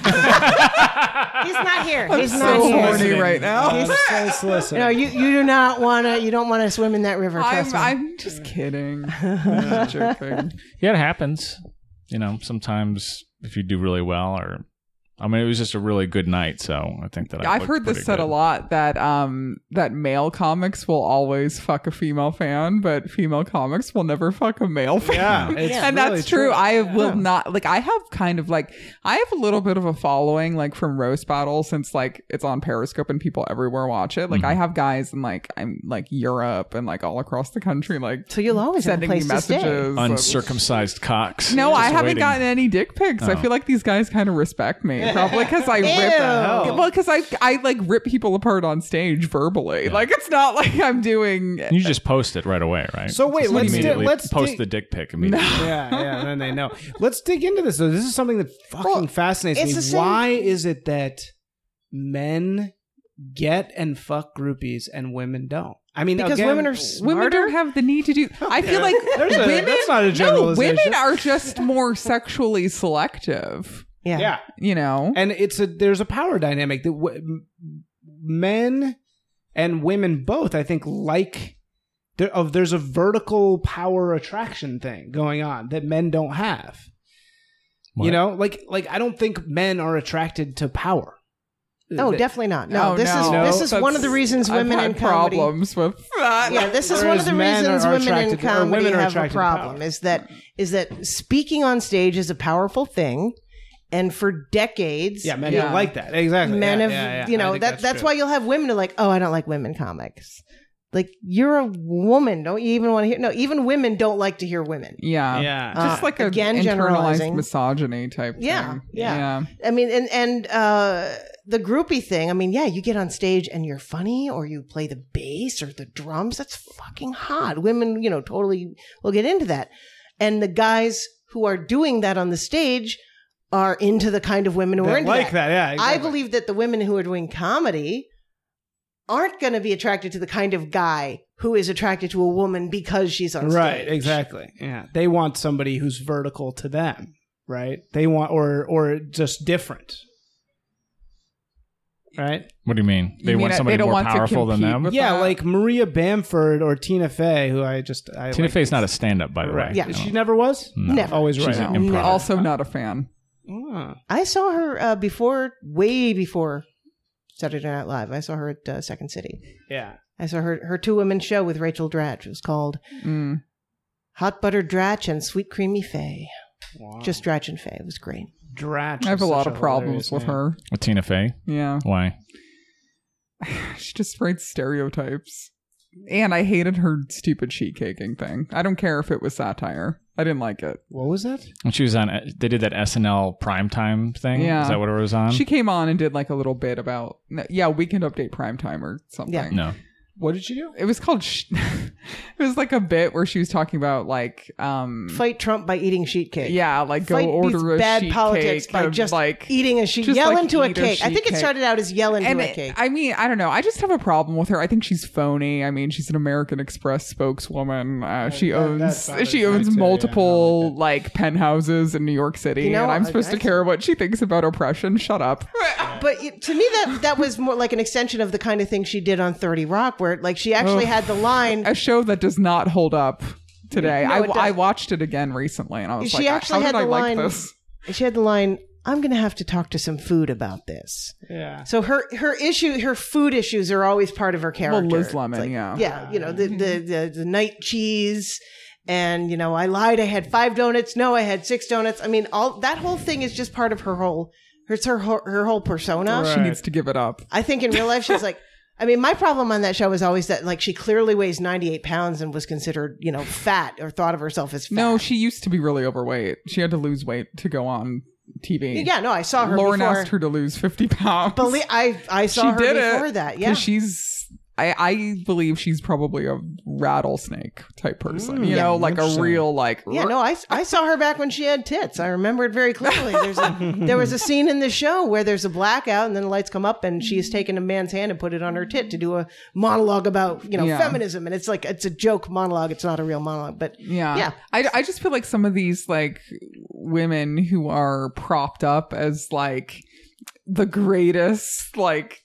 Speaker 3: not here.
Speaker 2: I'm
Speaker 3: He's not
Speaker 2: so
Speaker 3: here.
Speaker 2: horny right now.
Speaker 4: I'm so soliciting.
Speaker 3: No, you, you do not want to. You don't want to swim in that river. Trust
Speaker 2: I'm,
Speaker 3: me.
Speaker 2: I'm just kidding. I'm just joking.
Speaker 1: Yeah, it happens. You know, sometimes if you do really well or I mean, it was just a really good night, so I think that I
Speaker 2: I've
Speaker 1: looked
Speaker 2: heard this
Speaker 1: pretty
Speaker 2: said a
Speaker 1: good.
Speaker 2: lot that um that male comics will always fuck a female fan, but female comics will never fuck a male fan.
Speaker 4: Yeah, it's
Speaker 2: and
Speaker 4: really
Speaker 2: that's true. I will not like I have kind of like I have a little bit of a following like from roast battle since like it's on Periscope and people everywhere watch it. Like
Speaker 3: Mm-hmm.
Speaker 2: I have guys in like I'm like Europe and like all across the country like
Speaker 3: So you'll always have a
Speaker 2: sending me
Speaker 3: place to
Speaker 2: messages.
Speaker 3: stay.
Speaker 2: of-
Speaker 1: Uncircumcised cocks.
Speaker 2: no,
Speaker 1: Just
Speaker 2: I haven't
Speaker 1: waiting.
Speaker 2: gotten any dick pics.
Speaker 1: Oh.
Speaker 2: I feel like these guys kind of respect me, probably because I rip.
Speaker 3: hell?
Speaker 2: Well, because I I like rip people apart on stage verbally. Like it's not like I'm doing.
Speaker 1: You just post it right away, right?
Speaker 4: So wait,
Speaker 1: Just
Speaker 4: let's di-
Speaker 1: immediately
Speaker 4: let's
Speaker 1: post
Speaker 4: dig-
Speaker 1: the dick pic immediately.
Speaker 4: yeah, yeah. Then they know. Let's dig into this. though. This is something that fucking
Speaker 3: Well,
Speaker 4: fascinates
Speaker 3: it's the
Speaker 4: me.
Speaker 3: same-
Speaker 4: Why is it that men get and fuck groupies and women don't? I mean,
Speaker 3: Because
Speaker 4: again,
Speaker 3: women are
Speaker 2: Women
Speaker 3: smarter.
Speaker 2: don't have the need to do. I feel like
Speaker 4: There's a-
Speaker 2: women.
Speaker 4: that's not a
Speaker 2: no,
Speaker 4: generalization.
Speaker 2: women are just more sexually selective.
Speaker 3: yeah.
Speaker 4: yeah,
Speaker 2: You know,
Speaker 4: and it's a there's a power dynamic that w- m- men and women both I think like there of there's a vertical power attraction thing going on that men don't have. You
Speaker 1: What?
Speaker 4: know, like like I don't think men are attracted to power.
Speaker 3: No,
Speaker 4: They-
Speaker 3: definitely not. No,
Speaker 2: Oh,
Speaker 3: this is
Speaker 2: no.
Speaker 3: this is
Speaker 2: That's-
Speaker 3: one of the reasons
Speaker 2: I've
Speaker 3: women
Speaker 2: had
Speaker 3: in comedy.
Speaker 2: problems with that.
Speaker 3: Yeah, this is one
Speaker 4: Whereas
Speaker 3: of the
Speaker 4: men
Speaker 3: reasons
Speaker 4: are
Speaker 3: women in
Speaker 4: attracted to- or
Speaker 3: comedy
Speaker 4: women are
Speaker 3: have a
Speaker 4: attracted to
Speaker 3: problem
Speaker 4: power.
Speaker 3: is that is that speaking on stage is a powerful thing, and for decades,
Speaker 4: Yeah, men
Speaker 2: Yeah.
Speaker 4: don't like that. Exactly.
Speaker 3: men
Speaker 4: Yeah,
Speaker 3: have
Speaker 4: yeah, yeah.
Speaker 3: you
Speaker 4: I
Speaker 3: know
Speaker 4: think
Speaker 3: that that's,
Speaker 4: true.
Speaker 3: why you'll have women are like, oh, I don't like women comics. Like you're a woman, don't you even want to hear? No, even women don't like to hear women.
Speaker 2: Yeah.
Speaker 4: Yeah.
Speaker 2: Just
Speaker 3: Uh,
Speaker 2: like a
Speaker 3: again,
Speaker 2: internalized
Speaker 3: generalizing.
Speaker 2: misogyny type
Speaker 3: Yeah,
Speaker 2: thing.
Speaker 3: yeah. I mean, and and uh, the groupie thing. I mean, yeah, you get on stage and you're funny, or you play the bass or the drums. That's fucking hot. Women, you know, totally will get into that. And the guys who are doing that on the stage are into the kind of women who are
Speaker 4: They
Speaker 3: into
Speaker 4: like
Speaker 3: that.
Speaker 4: that. Yeah,
Speaker 3: I
Speaker 4: exactly.
Speaker 3: believe that the women who are doing comedy aren't going to be attracted to the kind of guy who is attracted to a woman because she's on
Speaker 4: Right,
Speaker 3: stage.
Speaker 4: exactly. Yeah, they want somebody who's vertical to them, right? They want or or just different, right?
Speaker 1: What do you mean? They
Speaker 2: You mean
Speaker 1: want
Speaker 2: that
Speaker 1: somebody
Speaker 2: they don't
Speaker 1: more
Speaker 2: want to
Speaker 1: powerful than
Speaker 2: compete
Speaker 1: them?
Speaker 2: with-
Speaker 4: Yeah,
Speaker 2: that.
Speaker 4: like Maria Bamford or Tina Fey, who I just I
Speaker 1: Tina
Speaker 4: like-
Speaker 1: Fey's not a stand-up, by the way.
Speaker 4: right.
Speaker 3: Yeah.
Speaker 4: she never was.
Speaker 1: No.
Speaker 3: Never.
Speaker 4: Always
Speaker 1: She's
Speaker 4: right.
Speaker 1: an
Speaker 2: No.
Speaker 1: improviser.
Speaker 2: Also, not a fan.
Speaker 4: Ah.
Speaker 3: I saw her uh, before, way before Saturday Night Live. I saw her at uh, Second City.
Speaker 4: Yeah,
Speaker 3: I saw her her two women show with Rachel Dratch. It was called
Speaker 2: Mm.
Speaker 3: Hot Butter Dratch and Sweet Creamy Fay.
Speaker 4: wow.
Speaker 3: Just Dratch and Fay. It was great.
Speaker 4: Dratch
Speaker 2: I have a
Speaker 4: is
Speaker 2: lot
Speaker 4: such
Speaker 2: of problems
Speaker 4: hilarious
Speaker 2: with
Speaker 4: name.
Speaker 2: her.
Speaker 1: With Uh, Tina Fey?
Speaker 2: Yeah.
Speaker 1: Why?
Speaker 2: She just writes stereotypes. And I hated her stupid sheet caking thing. I don't care if it was satire. I didn't like it.
Speaker 4: What was that?
Speaker 1: When she was on, uh, they did that SNL primetime thing.
Speaker 2: Yeah.
Speaker 1: Is that what it was
Speaker 4: Um,
Speaker 1: on?
Speaker 2: She came on and did like a little bit about, no, yeah, weekend update primetime or something.
Speaker 3: Yeah.
Speaker 1: no.
Speaker 4: What did she do?
Speaker 2: It was called, sh- it was like a bit where she was talking about like, um,
Speaker 3: Fight Trump by eating sheet cake.
Speaker 2: yeah, like go
Speaker 3: Fight beats
Speaker 2: order a
Speaker 3: bad
Speaker 2: sheet
Speaker 3: politics
Speaker 2: cake
Speaker 3: by
Speaker 2: of,
Speaker 3: just
Speaker 2: like
Speaker 3: eating a sheet,
Speaker 2: just,
Speaker 3: yell
Speaker 2: like,
Speaker 3: into a
Speaker 2: eat a
Speaker 3: cake. I
Speaker 2: sheet
Speaker 3: think it
Speaker 2: cake.
Speaker 3: started out as yell into
Speaker 2: and
Speaker 3: a
Speaker 2: it-
Speaker 3: cake.
Speaker 2: I mean, I don't know. I just have a problem with her. I think she's phony. I mean, she's an American Express spokeswoman. Uh, she
Speaker 4: that-
Speaker 2: owns
Speaker 4: that bothers
Speaker 2: she
Speaker 4: me
Speaker 2: owns
Speaker 4: too, yeah, I don't
Speaker 2: multiple like penthouses in New York City,
Speaker 3: You know,
Speaker 2: and I'm
Speaker 3: I-
Speaker 2: supposed
Speaker 3: I
Speaker 2: to care what she thinks about oppression. Shut up.
Speaker 3: but it- to me, that that was more like an extension of the kind of thing she did on Thirty Rock, where like she actually had the line.
Speaker 2: a show that does not hold up today.
Speaker 3: No,
Speaker 2: I,
Speaker 3: it doesn't.
Speaker 2: I watched it again recently, and I was
Speaker 3: She
Speaker 2: like,
Speaker 3: actually
Speaker 2: how
Speaker 3: had
Speaker 2: did I
Speaker 3: the
Speaker 2: like
Speaker 3: line-
Speaker 2: this?
Speaker 3: She had the line. I'm going to have to talk to some food about this.
Speaker 4: Yeah,
Speaker 3: So her her issue her food issues are always part of her character.
Speaker 2: Liz
Speaker 3: It's
Speaker 2: Lemon, yeah.
Speaker 3: yeah. You know the the, the the night cheese, and you know I lied. I had five donuts. No, I had six donuts. I mean, all that whole thing is just part of her whole. It's her whole- her whole persona.
Speaker 2: She needs to give it up.
Speaker 3: I think in real life she's like. I mean, my problem on that show is always that like she clearly weighs 98 pounds and was considered you know fat or thought of herself as fat.
Speaker 2: No, she used to be really overweight. She had to lose weight to go on TV.
Speaker 3: yeah, no, I saw her.
Speaker 2: Lauren
Speaker 3: before.
Speaker 2: asked her to lose 50 pounds.
Speaker 3: Belie- I I saw
Speaker 2: she
Speaker 3: her
Speaker 2: did
Speaker 3: before
Speaker 2: it
Speaker 3: that.
Speaker 2: 'cause
Speaker 3: Yeah,
Speaker 2: she's. I, I believe she's probably a rattlesnake type person. you
Speaker 4: yeah,
Speaker 2: know, like a
Speaker 4: interesting.
Speaker 2: real like.
Speaker 3: Mm, Yeah, no, I, I saw her back when she had tits. I remember it very clearly. There's a, there was a scene in the show where there's a blackout and then the lights come up and she's taken a man's hand and put it on her tit to do a monologue about you know
Speaker 2: Yeah.
Speaker 3: feminism and it's like it's a joke monologue. It's not a real monologue, but
Speaker 2: Yeah.
Speaker 3: Yeah.
Speaker 2: I, I just feel like some of these like women who are propped up as like the greatest like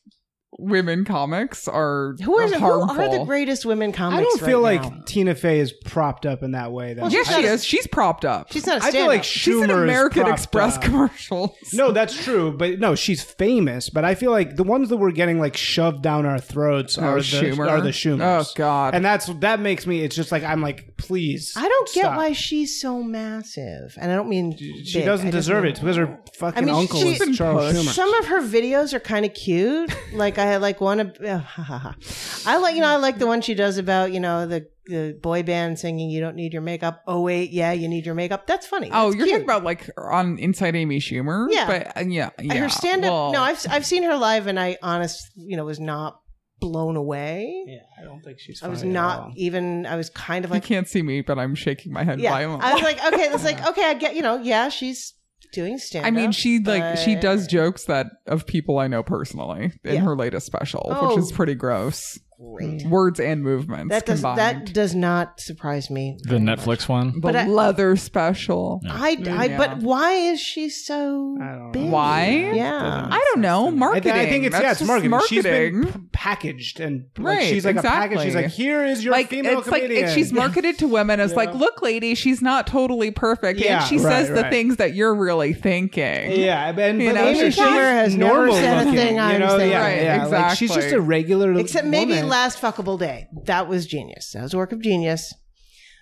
Speaker 2: women comics are
Speaker 3: Who is who
Speaker 2: harmful.
Speaker 3: are the greatest women comics?
Speaker 4: I don't
Speaker 3: right
Speaker 4: feel
Speaker 3: now?
Speaker 4: like Tina Fey is propped up in that way. Though.
Speaker 2: Yes,
Speaker 4: I,
Speaker 2: she is. She's propped up.
Speaker 3: she's not a
Speaker 4: I feel
Speaker 3: stand-up.
Speaker 4: like Schumer
Speaker 2: She's in
Speaker 4: is
Speaker 2: American
Speaker 4: propped
Speaker 2: Express
Speaker 4: up.
Speaker 2: commercials.
Speaker 4: No, that's true, but no, she's famous. But I feel like the ones that we're getting like shoved down our throats
Speaker 2: Oh,
Speaker 4: are the
Speaker 2: Schumer.
Speaker 4: are the Schumers.
Speaker 2: Oh, God.
Speaker 4: And that's that makes me. It's just like I'm like, please.
Speaker 3: I don't get
Speaker 4: stop.
Speaker 3: why she's so massive, and I don't mean
Speaker 4: she doesn't deserve it because her fucking
Speaker 3: I mean,
Speaker 4: uncle
Speaker 3: she-
Speaker 4: is
Speaker 2: Been
Speaker 4: Charles
Speaker 2: pushed.
Speaker 4: Schumer.
Speaker 3: Some of her videos are kind of cute. Like I like one of oh, ha, ha, ha. I like you know I like the one she does about you know the the boy band singing you don't need your makeup. Oh wait, yeah, you need your makeup. That's funny.
Speaker 2: Oh,
Speaker 3: That's
Speaker 2: you're
Speaker 3: cute.
Speaker 2: talking about like on Inside Amy Schumer.
Speaker 3: Yeah.
Speaker 2: but uh, yeah, yeah.
Speaker 3: her stand up.
Speaker 2: well,
Speaker 3: no, I've I've seen her live, and I honest you know was not blown away.
Speaker 4: Yeah, I don't think she's.
Speaker 3: I was
Speaker 4: funny at
Speaker 3: not
Speaker 4: all.
Speaker 3: even. I was kind of
Speaker 2: you
Speaker 3: like
Speaker 2: can't see me, but I'm shaking my head
Speaker 3: yeah.
Speaker 2: violently.
Speaker 3: I was like okay, it's like okay, I get you know yeah, she's doing stand.
Speaker 2: I mean, she like she does
Speaker 3: joke.
Speaker 2: jokes that of people I know personally in
Speaker 3: Yeah.
Speaker 2: her latest special,
Speaker 3: Oh.
Speaker 2: which is pretty gross.
Speaker 4: Mm.
Speaker 3: Great.
Speaker 2: Words and movements
Speaker 3: That does
Speaker 2: combined.
Speaker 3: that does not surprise me.
Speaker 1: The Netflix one.
Speaker 2: the
Speaker 3: but I-
Speaker 2: leather special.
Speaker 3: I, I
Speaker 2: Yeah.
Speaker 3: but why is she so
Speaker 4: I don't know.
Speaker 3: big?
Speaker 2: Why?
Speaker 3: Yeah.
Speaker 2: I don't know
Speaker 4: I,
Speaker 2: marketing.
Speaker 4: th- I think it's
Speaker 2: That's
Speaker 4: yeah, it's
Speaker 2: just
Speaker 4: marketing. She's been
Speaker 2: marketing.
Speaker 4: p- packaged and like,
Speaker 2: Right,
Speaker 4: she's like a package. She's
Speaker 2: exactly.
Speaker 4: like, here is your
Speaker 2: like
Speaker 4: female
Speaker 2: it's like
Speaker 4: comedian.
Speaker 2: and she's marketed to women as like, look, lady, she's not totally perfect,
Speaker 4: Yeah,
Speaker 2: and she
Speaker 4: right,
Speaker 2: says the
Speaker 4: right.
Speaker 2: things that you're really thinking.
Speaker 4: Yeah, and but
Speaker 2: You know,
Speaker 4: Amy
Speaker 2: she's-
Speaker 4: Schumer has normal
Speaker 3: never said a
Speaker 4: looking,
Speaker 3: thing
Speaker 4: you
Speaker 3: I'm
Speaker 4: know?
Speaker 3: saying.
Speaker 4: Yeah,
Speaker 2: Right,
Speaker 4: yeah, like, she's just
Speaker 2: exactly.
Speaker 4: a regular.
Speaker 3: Except maybe
Speaker 4: woman.
Speaker 3: last fuckable day. That was genius. That was a work of genius.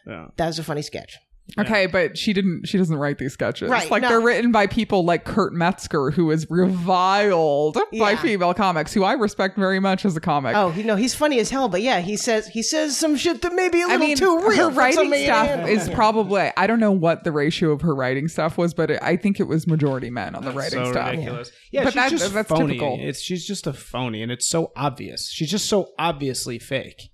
Speaker 4: Yeah.
Speaker 3: That was a funny sketch.
Speaker 2: Okay, but she didn't. She doesn't write these sketches.
Speaker 3: Right,
Speaker 2: like
Speaker 3: no.
Speaker 2: they're written by people like Kurt Metzger, who is reviled by
Speaker 3: Yeah.
Speaker 2: female comics, who I respect very much as a comic.
Speaker 3: Oh, he, no, he's funny as hell. But yeah, he says he says some shit that may be a
Speaker 2: I
Speaker 3: little
Speaker 2: mean,
Speaker 3: too
Speaker 2: her
Speaker 3: real. for
Speaker 2: writing
Speaker 3: somebody to
Speaker 2: stuff
Speaker 3: handle.
Speaker 2: is probably. I don't know what the ratio of her writing stuff was, but it, I think it was majority men on the writing
Speaker 4: so
Speaker 2: stuff.
Speaker 4: ridiculous. Yeah,
Speaker 2: But
Speaker 4: she's
Speaker 2: that-
Speaker 4: just
Speaker 2: that's
Speaker 4: phony.
Speaker 2: typical.
Speaker 4: It's she's just a phony, and it's so obvious. She's just so obviously fake.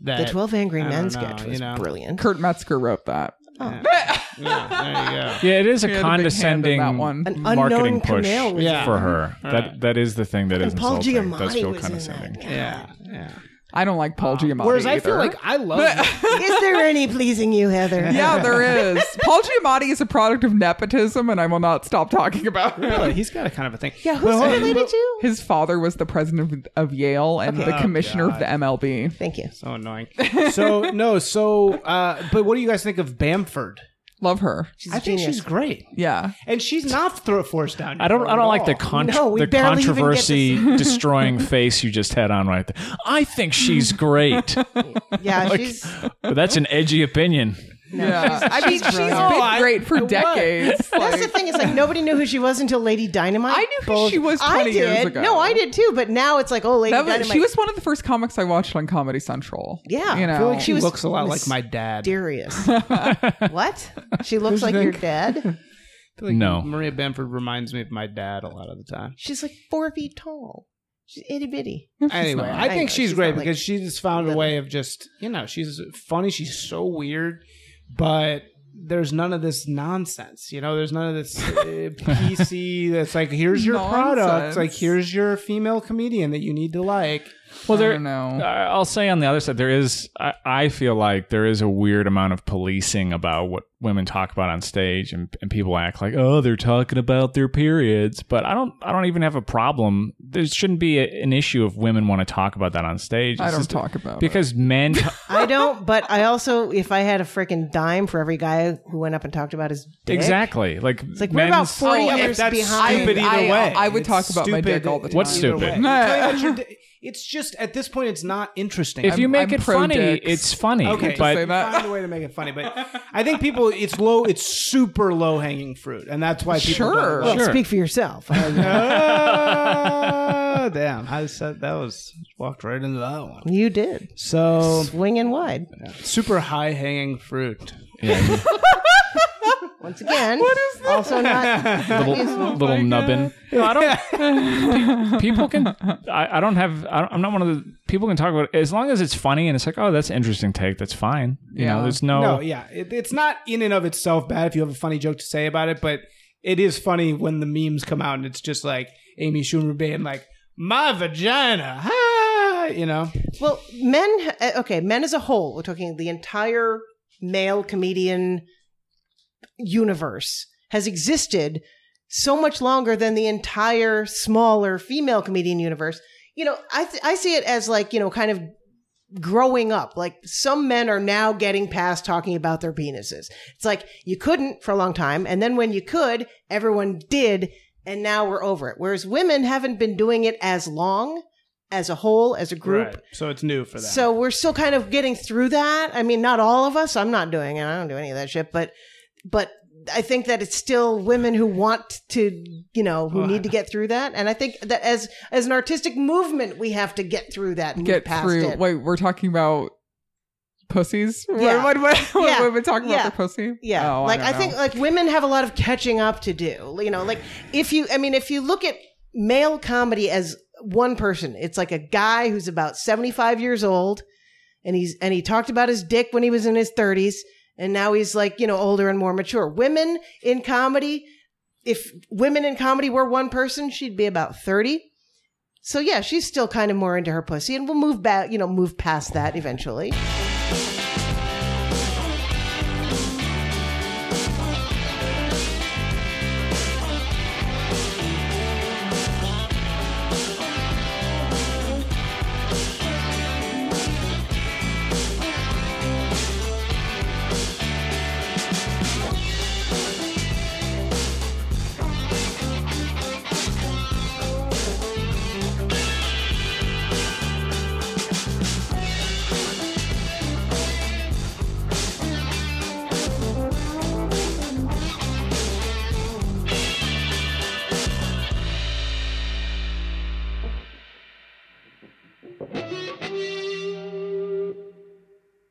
Speaker 4: That
Speaker 3: the Twelve Angry
Speaker 4: I don't
Speaker 3: Men
Speaker 4: know,
Speaker 3: sketch
Speaker 4: you
Speaker 3: was
Speaker 4: know.
Speaker 3: brilliant.
Speaker 2: Kurt Metzger wrote that.
Speaker 4: Yeah, there you go.
Speaker 1: Yeah, it is a
Speaker 2: She had a big hand in
Speaker 1: condescending
Speaker 2: that one.
Speaker 3: An
Speaker 1: marketing
Speaker 3: unknown
Speaker 1: push
Speaker 3: Camille was
Speaker 4: Yeah.
Speaker 3: in
Speaker 1: for
Speaker 3: it.
Speaker 1: her. That that is the thing that is
Speaker 3: And Paul
Speaker 1: insulting.
Speaker 3: Giamatti
Speaker 1: That's still
Speaker 3: was in
Speaker 1: condescending.
Speaker 3: that.
Speaker 4: Yeah, yeah.
Speaker 2: I don't like Paul Giamatti.
Speaker 4: Whereas I
Speaker 2: either.
Speaker 4: feel like I love.
Speaker 3: is there any pleasing you, Heather?
Speaker 2: yeah, there is. Paul Giamatti is a product of nepotism, and I will not stop talking about it.
Speaker 4: Really, he's got a kind of a thing.
Speaker 3: Yeah, who's
Speaker 4: Well,
Speaker 3: he related to?
Speaker 2: His father was the president of, of Yale and the commissioner of the MLB.
Speaker 3: Thank you.
Speaker 4: So annoying. So no. So, uh, but what do you guys think of Bamford?
Speaker 2: Love her.
Speaker 3: She's
Speaker 4: I
Speaker 3: a
Speaker 4: think
Speaker 3: genius.
Speaker 4: she's great,
Speaker 2: Yeah.
Speaker 4: and she's not throw forced down. your
Speaker 1: I don't.
Speaker 4: throat
Speaker 1: I
Speaker 4: at
Speaker 1: don't like
Speaker 4: all.
Speaker 1: the con-
Speaker 3: No, we
Speaker 1: the
Speaker 3: barely even get to
Speaker 1: controversy destroying face you just had on right there. I think she's great.
Speaker 3: yeah, she's
Speaker 1: but that's an edgy opinion.
Speaker 2: yeah. I mean, she's
Speaker 4: grown.
Speaker 2: been
Speaker 4: Oh, I-
Speaker 2: great for
Speaker 4: I was.
Speaker 2: decades.
Speaker 3: That's
Speaker 2: Like,
Speaker 3: the thing. It's like nobody knew who she was until Lady Dynamite.
Speaker 2: I knew who she was 20
Speaker 3: I did.
Speaker 2: years ago.
Speaker 3: No, I did too. But now it's like, oh, Lady
Speaker 2: that was,
Speaker 3: Dynamite.
Speaker 2: she was one of the first comics I watched on Comedy Central.
Speaker 3: Yeah.
Speaker 2: You know,
Speaker 3: I
Speaker 4: I feel like she
Speaker 3: was
Speaker 4: looks a lot like my dad.
Speaker 3: mysterious. what? She looks like your dad.
Speaker 4: I feel like
Speaker 1: No.
Speaker 4: Maria Bamford reminds me of my dad a lot of the time.
Speaker 3: She's like four feet tall. She's itty bitty.
Speaker 4: anyway,
Speaker 3: not.
Speaker 4: I think
Speaker 3: I know,
Speaker 4: she's,
Speaker 3: she's
Speaker 4: great
Speaker 3: not, like,
Speaker 4: because she's found a way of just you know she's funny. She's so weird, but there's none of this nonsense. You know, there's none of this uh, PC that's like here's your product,
Speaker 2: Nonsense.
Speaker 4: like here's your female comedian that you need to like.
Speaker 1: Well,
Speaker 2: I
Speaker 1: there.
Speaker 2: don't know.
Speaker 3: Uh,
Speaker 1: I- I'll say on the other side, there is. I, I feel like there is a weird amount of policing about what women talk about on stage, and, and people act like, oh, they're talking about their periods. But I don't. I don't even have a problem. There shouldn't be a, an issue if women want to talk about that on stage.
Speaker 2: I
Speaker 1: It's
Speaker 2: don't
Speaker 1: just-
Speaker 2: talk about it.
Speaker 1: because men. t-
Speaker 3: I don't. But I also, if I had a freaking dime for every guy who went up and talked about his dick,
Speaker 1: exactly. Like,
Speaker 3: It's like we're about forty
Speaker 2: Oh, if
Speaker 3: hours
Speaker 4: that's
Speaker 3: behind.
Speaker 4: stupid either
Speaker 2: I-
Speaker 4: way.
Speaker 2: I would
Speaker 4: It's
Speaker 2: talk about my
Speaker 4: stupid
Speaker 2: dick all the
Speaker 1: What's
Speaker 2: time.
Speaker 4: either
Speaker 1: stupid?
Speaker 4: way. Tell you about your di- It's just at this point, it's not interesting.
Speaker 1: if you
Speaker 2: I'm-
Speaker 1: make
Speaker 2: I'm
Speaker 1: it funny,
Speaker 2: pro-dicks.
Speaker 1: it's funny.
Speaker 4: Okay,
Speaker 1: but
Speaker 2: say that.
Speaker 4: find a way to make it funny. But I think people, it's low, it's super low hanging fruit, and that's why people.
Speaker 2: Sure.
Speaker 4: Don't
Speaker 1: Sure.
Speaker 3: Speak for yourself. Uh,
Speaker 4: Ah, damn, I said that was walked right into that one.
Speaker 3: you did
Speaker 4: So
Speaker 3: swinging wide
Speaker 4: super high hanging fruit.
Speaker 3: once again. What is this? Also not.
Speaker 1: little, little nubbin. You know, I don't. pe- people can. I, I don't have. I don't, I'm not one of the people can talk about it. as long as it's funny and it's like, oh, that's an interesting take. That's fine. You know,
Speaker 2: Yeah.
Speaker 1: there's no.
Speaker 4: No, yeah, it, it's not in and of itself bad if you have a funny joke to say about it, but it is funny when the memes come out and it's just like Amy Schumer being like, "My vagina," ah, you know.
Speaker 3: Well, men. uh, Okay, men as a whole. We're talking the entire male comedian universe has existed so much longer than the entire smaller female comedian universe. you know, I th- I see it as like you know, kind of growing up. Like some men are now getting past talking about their penises. It's like you couldn't for a long time, and then when you could, everyone did, and now we're over it. Whereas women haven't been doing it as long, as a whole, as a group.
Speaker 4: Right. So it's new for that.
Speaker 3: So we're still kind of getting through that. I mean, not all of us. I'm not doing it. I don't do any of that shit. But, but I think that it's still women who want to, you know, who need to get through that. And I think that as as an artistic movement, we have to get through that and
Speaker 2: Get
Speaker 3: move past
Speaker 2: through.
Speaker 3: it.
Speaker 2: Wait, we're talking about pussies.
Speaker 3: Yeah.
Speaker 2: What, what, what, what-
Speaker 3: Yeah.
Speaker 2: what- we're talking
Speaker 3: Yeah.
Speaker 2: about the pussy.
Speaker 3: Yeah.
Speaker 2: Oh,
Speaker 3: like
Speaker 2: I,
Speaker 3: I,
Speaker 2: don't
Speaker 3: think
Speaker 2: know.
Speaker 3: like women have a lot of catching up to do. You know, like if you I mean if you look at male comedy as one person, it's like a guy who's about 75 years old and he's and he talked about his dick when he was in his 30s and now he's like, you know, older and more mature. Women in comedy, if women in comedy were one person, she'd be about 30. So yeah, she's still kind of more into her pussy and we'll move back, you know, move past that eventually.